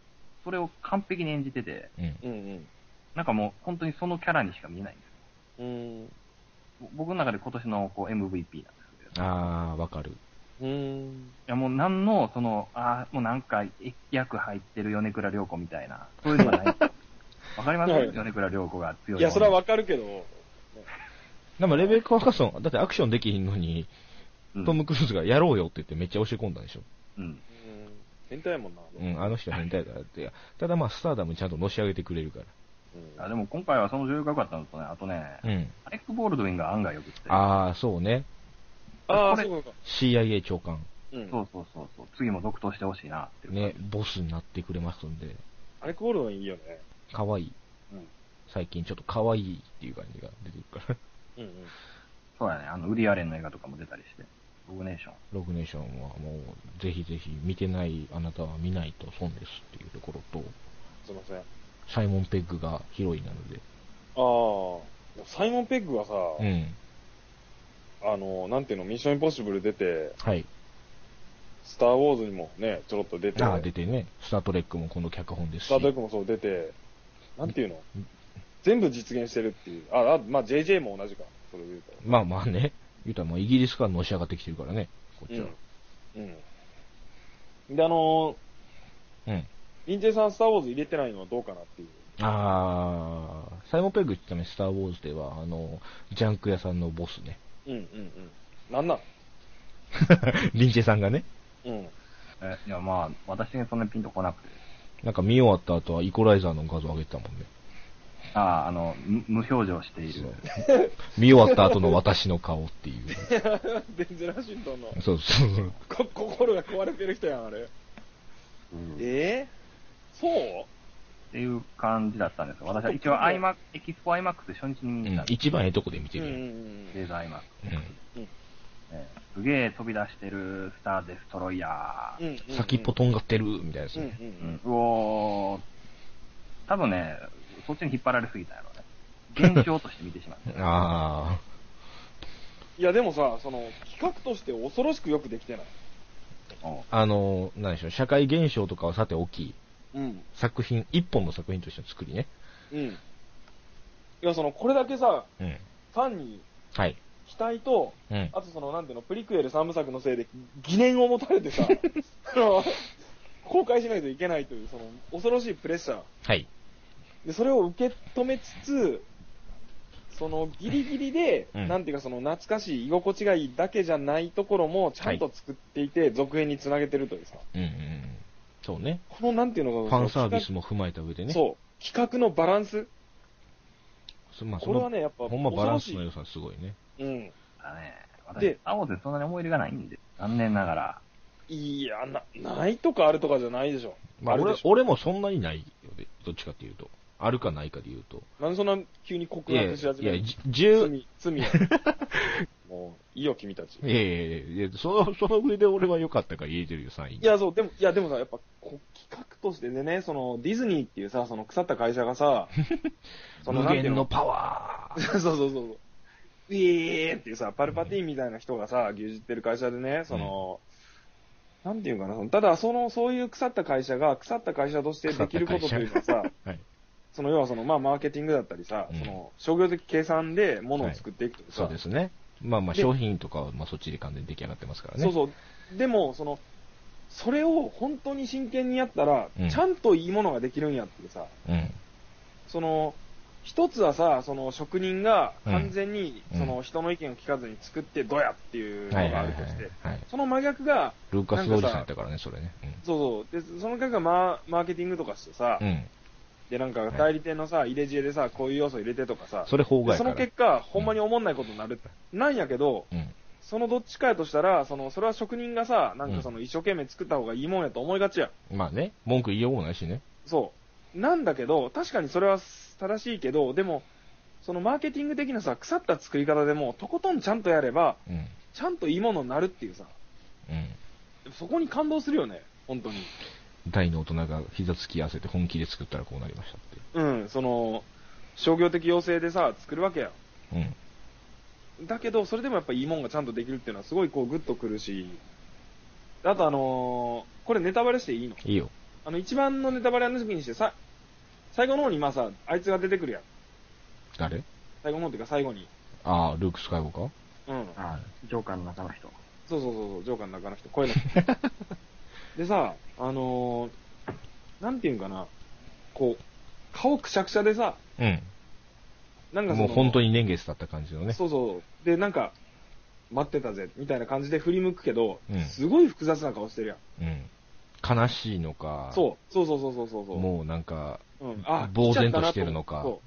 Speaker 2: それを完璧に演じてて、
Speaker 1: うん。
Speaker 3: うん
Speaker 2: なんかもう本当にそのキャラにしか見えないんですよ。
Speaker 3: うんうん
Speaker 2: ぼ僕の中で今年のこう MVP なんですけど、い
Speaker 1: あー、わかる。
Speaker 3: うん
Speaker 2: やもう何の、その、ああ、もうなんか、役入ってる米倉涼子みたいな、そういうのがな
Speaker 3: [LAUGHS]
Speaker 2: い。わかります
Speaker 3: はい
Speaker 2: 米倉涼子が強い。
Speaker 3: いや、それはわかるけど、
Speaker 1: でもレベッカ・ワカソン、だってアクションできひんのに、
Speaker 2: うん
Speaker 1: トム・クルーズがやろうよって言ってめっちゃ教え込んだんでしょ。
Speaker 2: うん。
Speaker 3: うん変態やもんな。
Speaker 1: うん、あの人変態だからって。いやただまあ、スターダムちゃんとのし上げてくれるか
Speaker 3: うん
Speaker 2: あでも今回はその女優が良かったのとね、あとね、
Speaker 1: ら。うん。
Speaker 2: アレック・ボールドウィンが案外良くって。
Speaker 1: あー、そうね。
Speaker 3: ああ、
Speaker 2: これ
Speaker 3: そうか。
Speaker 1: CIA 長官。
Speaker 3: うん
Speaker 2: そうそうそうそう。次も続投してほしいなっていう。
Speaker 1: ね、ボスになってくれますんで、
Speaker 3: アレック・ボールドンいいよね。
Speaker 1: 可愛い。
Speaker 3: うん
Speaker 1: 最近ちょっと可愛いっていう感じが出てくるから。 [LAUGHS]
Speaker 3: うんうん。
Speaker 2: そうやね。あの、ウリアレンの映画とかも出たりして。ログネーション。
Speaker 1: ログネーションはもう、ぜひぜひ見てないあなたは見ないと損ですっていうところと、
Speaker 3: すいません。あ
Speaker 1: サイモン・ペッグがヒロインなので、
Speaker 3: あ、サイモン・ペッグがさ、
Speaker 1: うん。
Speaker 3: あの、なんていうの、ミッション・インポッシブル出て、
Speaker 1: はい。
Speaker 3: スター・ウォーズにもね、ちょろっと出て、
Speaker 1: ああ、出てね、スター・トレックもこの脚本です
Speaker 3: ス
Speaker 1: し。
Speaker 3: ター・トレックもそう出て、なんていうの
Speaker 1: うん
Speaker 3: 全部実現してるっていう。あ、あまあ、JJ も同じか。それで言うと。
Speaker 1: まあまあね、言うたらもうイギリスからのし上がってきてるからね、こっちは。
Speaker 3: うん。うん。で、あの
Speaker 1: うん。
Speaker 3: ー、インチェさん、スター・ウォーズ入れてないのはどうかなっていう。
Speaker 1: ああ、サイモン・ペッグって言ったね、スター・ウォーズでは、あの、ジャンク屋さんのボス
Speaker 3: [LAUGHS]
Speaker 1: ね。
Speaker 3: うんうんうん。なんなん
Speaker 1: リンチェさんがね、
Speaker 3: うん。
Speaker 2: え、いや、まあ、私にそんなにピンとこなくて。
Speaker 1: なんか見終わった後はイコライザーの画像上げてたもん
Speaker 3: [LAUGHS]
Speaker 1: ね。
Speaker 2: ああ、あの、無無表情している。
Speaker 1: 見終わった後の私の顔っていう。
Speaker 3: [LAUGHS] デンゼル・ワシントンの
Speaker 1: そうそうそう。
Speaker 3: こ心が壊れてる人やん、あれ。
Speaker 2: うんっ
Speaker 3: えー、そう
Speaker 2: ていう感じだったんですよ。私は一応、アイマエキスポアイマックスで初日に見に行ったんです。
Speaker 1: 一番ええとこで見て
Speaker 3: うん
Speaker 1: る
Speaker 3: うん
Speaker 1: よ。
Speaker 3: うん。
Speaker 2: レーザーアイマック
Speaker 3: うん
Speaker 2: ス。ねすげえ飛び出してるスター・デストロイヤー。
Speaker 3: うんうん
Speaker 1: 先っぽとんがってるみたいなやつ
Speaker 3: うんうん
Speaker 1: ね。
Speaker 3: うん。
Speaker 2: うおー。多分ね、そっちに引っ張られすぎたんやろうね。現象として見てしまった。
Speaker 1: [LAUGHS] あ
Speaker 3: いや、でもさ、その、企画として恐ろしくよくできてない。
Speaker 2: うん
Speaker 1: あ、あの、なんでしょう、社会現象とかはさておき、
Speaker 3: うん。
Speaker 1: 作品、一本の作品としての作りね。
Speaker 3: うん。いや、その、これだけさ、
Speaker 1: うん。
Speaker 3: ファンに
Speaker 1: はい。
Speaker 3: 期待と、
Speaker 1: うん。
Speaker 3: あとその、なんていうの、プリクエル3部作のせいで疑念を持たれ [LAUGHS] てさ、あの公開しないといけないという、その、恐ろしいプレッシャー。
Speaker 1: はい。
Speaker 3: で、それを受け止めつつ、そのギリギリで、
Speaker 1: うん
Speaker 3: なんていうか、その懐かしい、居心地がいいだけじゃないところもちゃんと作っていて、続編につなげてるというさ、
Speaker 1: うんうんうん。そうね。
Speaker 3: このなんていうの
Speaker 1: フ
Speaker 3: か、
Speaker 1: ァンサービス
Speaker 3: その
Speaker 1: も踏まえた上でね。
Speaker 3: 企画そう、企画のバランス、
Speaker 1: そまあ、そ
Speaker 3: これは
Speaker 1: の、
Speaker 3: ね、やっぱ、
Speaker 1: ほんまバランス
Speaker 3: 恐
Speaker 1: の
Speaker 3: ろし
Speaker 1: 良さすごいね。
Speaker 3: いうん、
Speaker 2: だね。私
Speaker 3: で、
Speaker 2: 青でそんなに思い入れがないんで、残念ながら。
Speaker 3: いやな、ないとかあるとかじゃないでしょ、
Speaker 1: まあ、
Speaker 3: ある
Speaker 1: 俺
Speaker 3: でし、ょ
Speaker 1: 俺もそんなにないよね。どっちかっていうと。あるかないかで言うと。
Speaker 3: なんでそんな急に告
Speaker 1: いやい
Speaker 3: 白
Speaker 1: や、
Speaker 3: し始める
Speaker 1: じ10、
Speaker 3: 罪、罪や
Speaker 1: [LAUGHS]
Speaker 3: もう、いいよ、君たち。
Speaker 1: いやいやいやいや、その、その上で俺は良かったから言えてるよ、3位。
Speaker 3: いや、そう、でも、いや、でもさ、やっぱ、こう企画としてでね、その、ディズニーっていうさ、その腐った会社
Speaker 1: [LAUGHS]
Speaker 3: がさ、その、
Speaker 1: 無
Speaker 3: なんていう
Speaker 1: 限の
Speaker 3: の、
Speaker 1: パワー。
Speaker 3: [LAUGHS] そうそうそうそう、ウィーンっていうさ、パルパティーンみたいな人がさ、牛耳ってる会社でね、その、なんていうかな、そのただ、その、そういう腐った会社が、腐った会社としてできることというのはさ、
Speaker 1: [LAUGHS] はい。
Speaker 3: その要はその、まあ、マーケティングだったりさ、
Speaker 1: うん
Speaker 3: その商業的計算で物を作っていくというか、
Speaker 1: そうですね。まあまあ、
Speaker 3: で
Speaker 1: 商品とかは、まあ、そっちで完全に出来上がってますからね。
Speaker 3: そうそうでもその、それを本当に真剣にやったら、
Speaker 1: うん
Speaker 3: ちゃんといいものができるんやっていうさ、
Speaker 1: う。うん。
Speaker 3: その一つはさ、その職人が完全に、
Speaker 1: うん
Speaker 3: その人の意見を聞かずに作ってどやっていうの
Speaker 1: はいはい
Speaker 3: があ
Speaker 1: は
Speaker 3: る
Speaker 1: い
Speaker 3: として、。
Speaker 1: はい。
Speaker 3: その真逆が、
Speaker 1: ルーカス・オリさんやったからね、それね。
Speaker 3: そうそうでその逆がマーマーケティングとかしてさ、
Speaker 1: うん。うん。
Speaker 3: でなんか代理店のさ、入れ知恵でさ、こういう要素入れてとかさ、
Speaker 1: それ、法
Speaker 3: で
Speaker 1: 外か
Speaker 3: その
Speaker 1: ら。
Speaker 3: 結果、ほんまに思んないことになる、なんやけど、
Speaker 1: うん。
Speaker 3: そのどっちかやとしたら、そのそれは職人がさ、なんかその一生懸命作った方がいいもんやと思いがちやん。
Speaker 1: まあね、文句言いようもないしね。
Speaker 3: そう。なんだけど、確かにそれは正しいけど、でも、そのマーケティング的なさ、腐った作り方でも、とことんちゃんとやれば、
Speaker 1: うん。
Speaker 3: ちゃんといいものになるっていうさ、
Speaker 1: うん。
Speaker 3: そこに感動するよね、本当に。
Speaker 1: 大の大人が膝つき合わせて本気で作ったらこうなりましたっ
Speaker 3: うん、その、商業的要請でさ、作るわけやん。
Speaker 1: て。うん。
Speaker 3: だけど、それでもやっぱいいもんがちゃんとできるっていうのは、すごいこう、グッとくるし、あとあのーこれネタバレしていいの
Speaker 1: いいよ。
Speaker 3: あの、一番のネタバレの時にしてさ、最後の方にまあさ、あいつが出てくるやん。
Speaker 1: 誰
Speaker 3: 最後の方っていうか最後に。
Speaker 1: ああ、ルーク・スカイウォーカー
Speaker 3: うん。
Speaker 2: あジョーカーの中の人。
Speaker 3: そうそうそうそう、ジョーカーの中の人、
Speaker 1: [LAUGHS]
Speaker 3: 声の人。でさ、あのー、なんていうんかな、こう、顔くしゃくしゃでさ、なん
Speaker 1: う
Speaker 3: か
Speaker 1: ん。
Speaker 3: そ
Speaker 1: も
Speaker 3: の、
Speaker 1: う本当
Speaker 3: に、
Speaker 1: に年月だった感じのね。
Speaker 3: そうそう。で、なんか、待ってたぜ、みたいな感じで振り向くけど、
Speaker 1: うん
Speaker 3: すごい複雑な顔してるやん。
Speaker 1: うん。悲しいのか、
Speaker 3: そう、そうそうそうそうそうそう。
Speaker 1: もうなんか、
Speaker 3: うん、
Speaker 1: 呆然としてるのか
Speaker 3: 来ちゃったなと思そ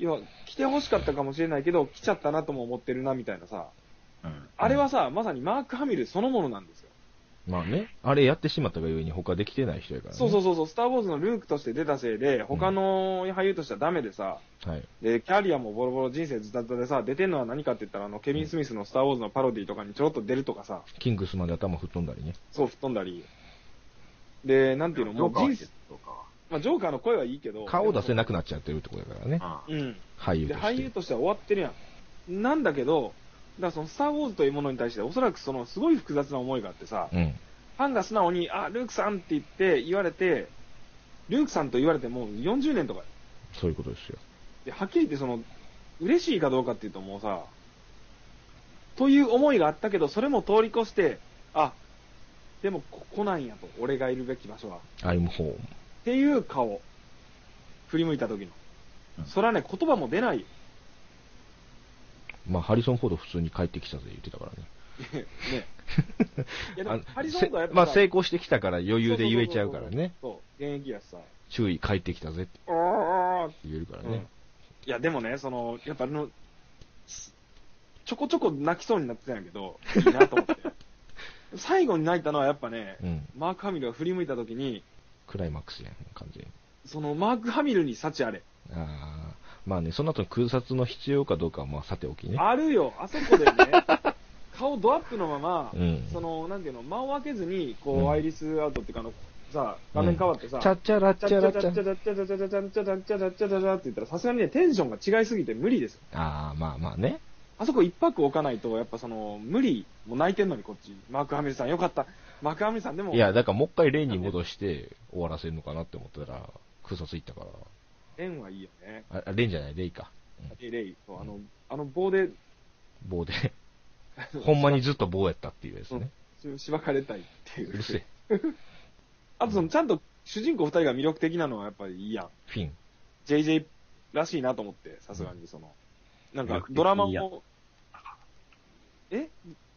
Speaker 3: う。いや、来て欲しかったかもしれないけど、来ちゃったなとも思ってるな、みたいなさ。
Speaker 2: うん。
Speaker 3: あれはさ、まさにマーク・ハミルそのものなんですよ。
Speaker 1: まあね、あれやってしまったがゆえに他できてない人やからね。
Speaker 3: そうそうそうそう、スター・ウォーズのルークとして出たせいで、他の俳優としてはダメでさ、
Speaker 1: はい。
Speaker 3: で、キャリアもボロボロ人生ズタズタでさ、出てんのは何かって言ったら、あの、ケビン・スミスのスター・ウォーズのパロディとかにちょろっと出るとかさ、
Speaker 1: キングスまで頭吹っ飛んだりね。
Speaker 3: そう吹っ飛んだり。で、なんていうの、もう人生、
Speaker 2: とか。
Speaker 3: まあ、ジョーカーの声はいいけど。
Speaker 1: 顔出せな
Speaker 3: く
Speaker 1: くなっちゃってるってことだからね。
Speaker 2: あ
Speaker 3: うん。
Speaker 1: 俳優とし
Speaker 3: で、
Speaker 1: て。
Speaker 3: 俳優としては終わってるやん。なんだけど、だからその、スター・ウォーズというものに対して、おそらくその、すごい複雑な思いがあってさ、
Speaker 1: うん。
Speaker 3: ファンが素直に、あ、ルークさんって言って、言われて、ルークさんと言われてもう40年とかよ
Speaker 1: そういうことですよ。
Speaker 3: で、はっきり言ってその、嬉しいかどうかっていうともうさ、という思いがあったけど、それも通り越して、あ、でもここなんやと、俺がいるべき場所は。っ
Speaker 1: アイムホーム。
Speaker 3: ていう顔。振り向いた時の
Speaker 2: うん。
Speaker 3: そらね、言葉も出ないよ。
Speaker 1: まあ、ハリソン・フォード普通に帰ってきたぜ言ってたからね。
Speaker 3: ね。
Speaker 1: [LAUGHS]
Speaker 3: いやで
Speaker 1: あ
Speaker 3: も
Speaker 1: の、
Speaker 3: ハリソンフォードはやっ
Speaker 1: せ
Speaker 3: ぱ
Speaker 1: まあ、
Speaker 3: さ
Speaker 1: 成功してきたから余裕で言えちゃうからね。。
Speaker 3: そうそうそうそうそう、現役やしさ。
Speaker 1: 注意、帰ってきたぜって
Speaker 3: あーあー
Speaker 1: 言えるから
Speaker 3: うん
Speaker 1: ね。
Speaker 3: いや、でもね、その、やっぱあの、すちょこちょこ泣きそうになってたんやけど、いいなと思って。最後に泣いたのはやっぱね
Speaker 1: う、ん。
Speaker 3: マーク・ハミルが振り向いた時に、
Speaker 1: クライマックスやん、完全に。
Speaker 3: そのマーク・ハミルに幸あれ。
Speaker 1: ああ。まあね、その後の空撮の必要かどうかは、まあ、さておきね。
Speaker 3: あるよ、あそこでね、顔ドアップのまま、
Speaker 1: うん
Speaker 3: その、なんていうの、間を開けずに、こう、
Speaker 1: うん
Speaker 3: アイリスアウトっていうか、あの、さ、画面変わってさ、
Speaker 1: ちゃっちゃらっちゃらっちゃ。
Speaker 3: って言ったら、さすがにね、テンションが違いすぎて無理です。
Speaker 1: ああ、まあまあね。
Speaker 3: あそこ一泊置かないと、やっぱその、無理、もう泣いてんのにこっち。マーク・ハミルさんよかった。マーク・ハミルさんでも、
Speaker 1: いや、だからもう一回例に戻して終わらせるのかなって思ったら、空撮行ったか
Speaker 3: 縁はいいよね。
Speaker 1: ら。あ、レンじゃない、レイか。
Speaker 3: レイレイ、そうあの、あの棒で、
Speaker 1: 棒
Speaker 3: [LAUGHS]
Speaker 1: で。ほんまにずっと棒やったっていうやつね。
Speaker 3: ししばかれたいっていう
Speaker 1: うるせえ。
Speaker 3: あとその、ちゃんと主人公二人が魅力的なのはやっぱりいいやん。
Speaker 1: フィン。
Speaker 3: JJ らしいなと思って、さすがにその、なん
Speaker 2: 魅
Speaker 3: か
Speaker 2: 力的
Speaker 3: ドラマ
Speaker 2: いいや
Speaker 3: も、え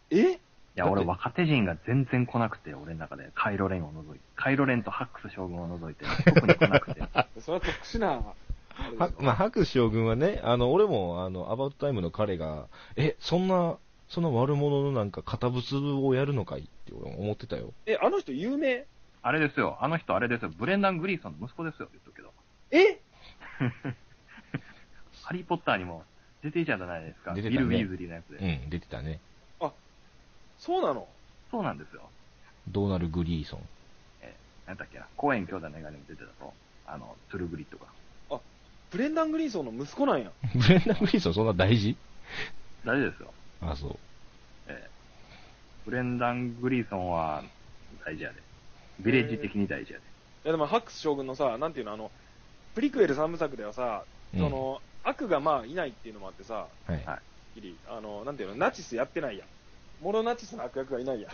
Speaker 3: え
Speaker 2: いや、俺、若手陣が全然来なくて、俺の中で。カイロレンを除いて。カイロレンとハックス将軍を除いて、特に来
Speaker 1: [LAUGHS]
Speaker 2: なくて。
Speaker 3: それは特殊な、あれでしょ
Speaker 1: はまあ、白将軍はね、あの、俺も、あの、アバウトタイムの彼が、え、そんな、その悪者のなんか堅物をやるのかいって俺思ってたよ。
Speaker 3: え、あの人有名
Speaker 2: あれですよ、あの人あれですよ、ブレンダン・グリーソンの息子ですよ、言っとくけど。
Speaker 3: え
Speaker 2: ハリー・ポッターにも出ていたじゃないですか。
Speaker 1: 出てた
Speaker 2: ビ
Speaker 1: ね
Speaker 2: ル・ウィーズリーのやつで。
Speaker 1: うん、出てたね。
Speaker 3: そうなの
Speaker 2: そうなんですよ。
Speaker 1: ドーナル・グリーソン。 [LAUGHS]
Speaker 2: なんだっけな、コーエン兄弟の映画にも出てたと。あの、トゥルグリとか。
Speaker 3: ブレンダン・グリーソンの息子なんや。
Speaker 1: ブレンダン・グリーソンそんな大事
Speaker 2: 大事ですよ。
Speaker 1: あ、そう。
Speaker 2: ええブレンダン・グリーソンは、大事やで。ビレッジ的に大事やで。
Speaker 3: いやでも、ハックス将軍のさ、なんていうの、あの、プリクエル三部作ではさ、その、悪がまあいないっていうのもあってさ、
Speaker 1: はい。
Speaker 2: はい
Speaker 3: ギリ、あの、なんていうの、ナチスやってないやん。モロナチスの悪役がいないやん。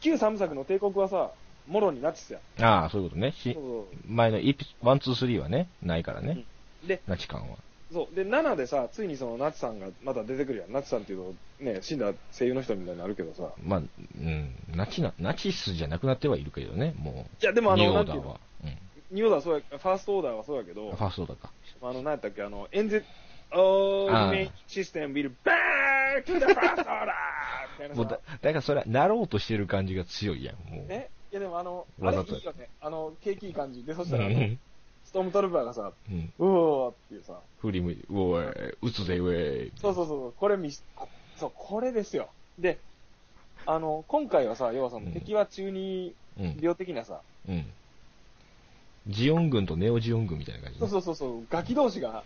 Speaker 3: 旧三部作の帝国はさ、モロにナチスやん。
Speaker 1: ああ、そういうことね。し
Speaker 3: そうそう
Speaker 1: 前の1、1、2、3はね、ないからね。
Speaker 3: で、
Speaker 1: ナチ感は。
Speaker 3: そう。で、7でさ、ついにその、ナチさんがまた出てくるやん。ナチさんっていうと、ね、死んだ声優の人みたいになるけどさ。
Speaker 1: まあ、うん、ナチな、ナチスじゃなくなってはいるけどね、も
Speaker 3: いや、で
Speaker 1: う。
Speaker 3: もあ
Speaker 1: ニューオ
Speaker 3: の、な
Speaker 1: ーダ
Speaker 3: んてい
Speaker 1: ー
Speaker 3: うの
Speaker 1: は。うん。
Speaker 3: ニューオーダーはそうや、ファーストオーダーはそうやけど
Speaker 1: フ、ァーストオーダーか。
Speaker 3: あの、何やったっけ、あの、演説、お
Speaker 1: あ
Speaker 3: ー、
Speaker 1: ー
Speaker 3: リメイクシステムビル、バーク t ファーストオーダーみたいな
Speaker 1: もう
Speaker 3: さ
Speaker 1: だ、。だからそれは、なろうとしてる感じが強いやん、もう。
Speaker 3: えいやでもあの、あ
Speaker 1: わ
Speaker 3: れ
Speaker 1: ざ
Speaker 3: い
Speaker 1: と
Speaker 3: いよね。あの、景気いい感じで、そし
Speaker 1: う
Speaker 3: たらあの、
Speaker 1: ん。
Speaker 3: ストームトルーパーがさ、
Speaker 1: うん。
Speaker 3: うおーっていうさ、
Speaker 1: 振り向いて、おい、撃つぜ、ウェイ。
Speaker 3: そうそうそう、これ見し、こそう、これですよ。で、あの、今回はさ、要はその、
Speaker 1: うん
Speaker 3: 敵は中二
Speaker 1: うん。
Speaker 3: 病的なさ、
Speaker 1: うん。ジオン軍とネオジオン軍みたいな感じね
Speaker 3: そうそうそうそう、ガキ同士が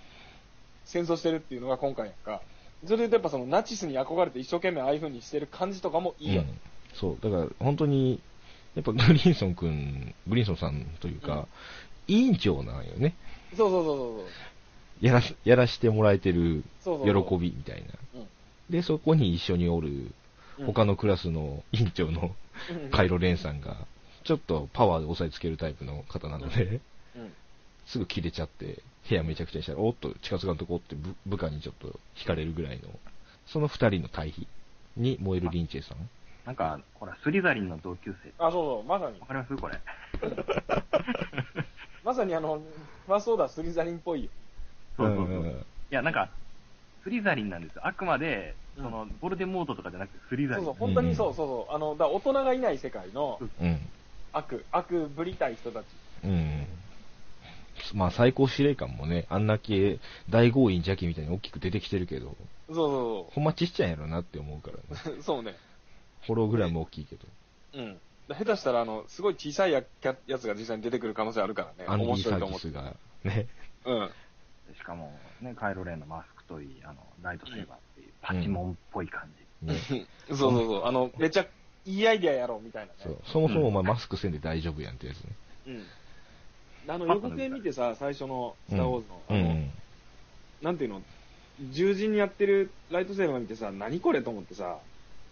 Speaker 3: 戦争してるっていうのが今回やんか。それでやっぱその、ナチスに憧れて一生懸命ああいう風にしてる感じとかもいいよ
Speaker 1: う
Speaker 3: ね。
Speaker 1: んそう、だから本当に、やっぱグリーンソン君、グリーンソンさんというか、委員長なんよね。
Speaker 3: そうそうそうそうそう。
Speaker 1: やらし、やらしてもらえてる
Speaker 3: そうそう
Speaker 1: 喜
Speaker 3: そう
Speaker 1: びみたいな
Speaker 3: うん。
Speaker 1: で、そこに一緒におる、
Speaker 3: うん
Speaker 1: 他のクラスの委員長の
Speaker 3: うん
Speaker 1: カイロレンさんが、ちょっとパワーで押さえつけるタイプの方なので、
Speaker 3: うん
Speaker 1: すぐ切れちゃって、部屋めちゃくちゃにしたら、おっと、近づかんとこって部部下にちょっと惹かれるぐらいの、その二人の対比に燃えるリンチェさん。
Speaker 2: なんか、ほら、スリザリンの同級生。
Speaker 3: あ、そうそう、まさに
Speaker 2: わ。かりますこれ。
Speaker 3: まさにあの、ファーストオーダースリザリンっぽいよ。
Speaker 2: そうそうそう。
Speaker 1: ん
Speaker 2: いや、なんか、スリザリンなんですよ。あくまで、
Speaker 3: う
Speaker 2: そ
Speaker 3: ん
Speaker 2: の、ボルデモートとかじゃなくて、スリザ
Speaker 3: そ
Speaker 2: リ
Speaker 3: う
Speaker 2: ン。
Speaker 3: そう、
Speaker 1: ん
Speaker 3: 本当にそうそうそう。あの、だから大人がいない世界の
Speaker 1: うん。
Speaker 3: 悪、悪ぶりたい人たち。
Speaker 1: うん。まあ最高司令官もね、あんだけ大豪院邪気みたいに大きく出てきてるけど、
Speaker 3: そうそ
Speaker 1: ほんまちっちゃいんやろなって思うからね。
Speaker 3: う [LAUGHS] そう。そうね。
Speaker 1: ホログラム大きいけど。
Speaker 3: うん。だ下手したら、あの、すごい小さいややつが実際に出てくる可能性あるからね。
Speaker 1: アンデ
Speaker 3: 面
Speaker 1: ィ・サ
Speaker 3: 白いと
Speaker 1: ー
Speaker 3: 思
Speaker 1: キ
Speaker 3: って
Speaker 1: ス。が、ね。
Speaker 3: うん。
Speaker 2: しかも、ね、カイロレンのマスクといい、あの、ライトセーバーっていう、パチモンっぽい感じ。
Speaker 1: ね
Speaker 3: そうそうそう。あの、めっちゃいいアイディアやろうみたいなね。
Speaker 1: そうそもそもお前マスクせんで大丈夫やんってやつね。
Speaker 3: うん。あの、予告編見てさ、最初の、スター・ウォーズの、
Speaker 1: う
Speaker 3: あの、
Speaker 1: ん。
Speaker 3: なんていうの、獣人にやってるライトセーバー見てさ、何これと思ってさ、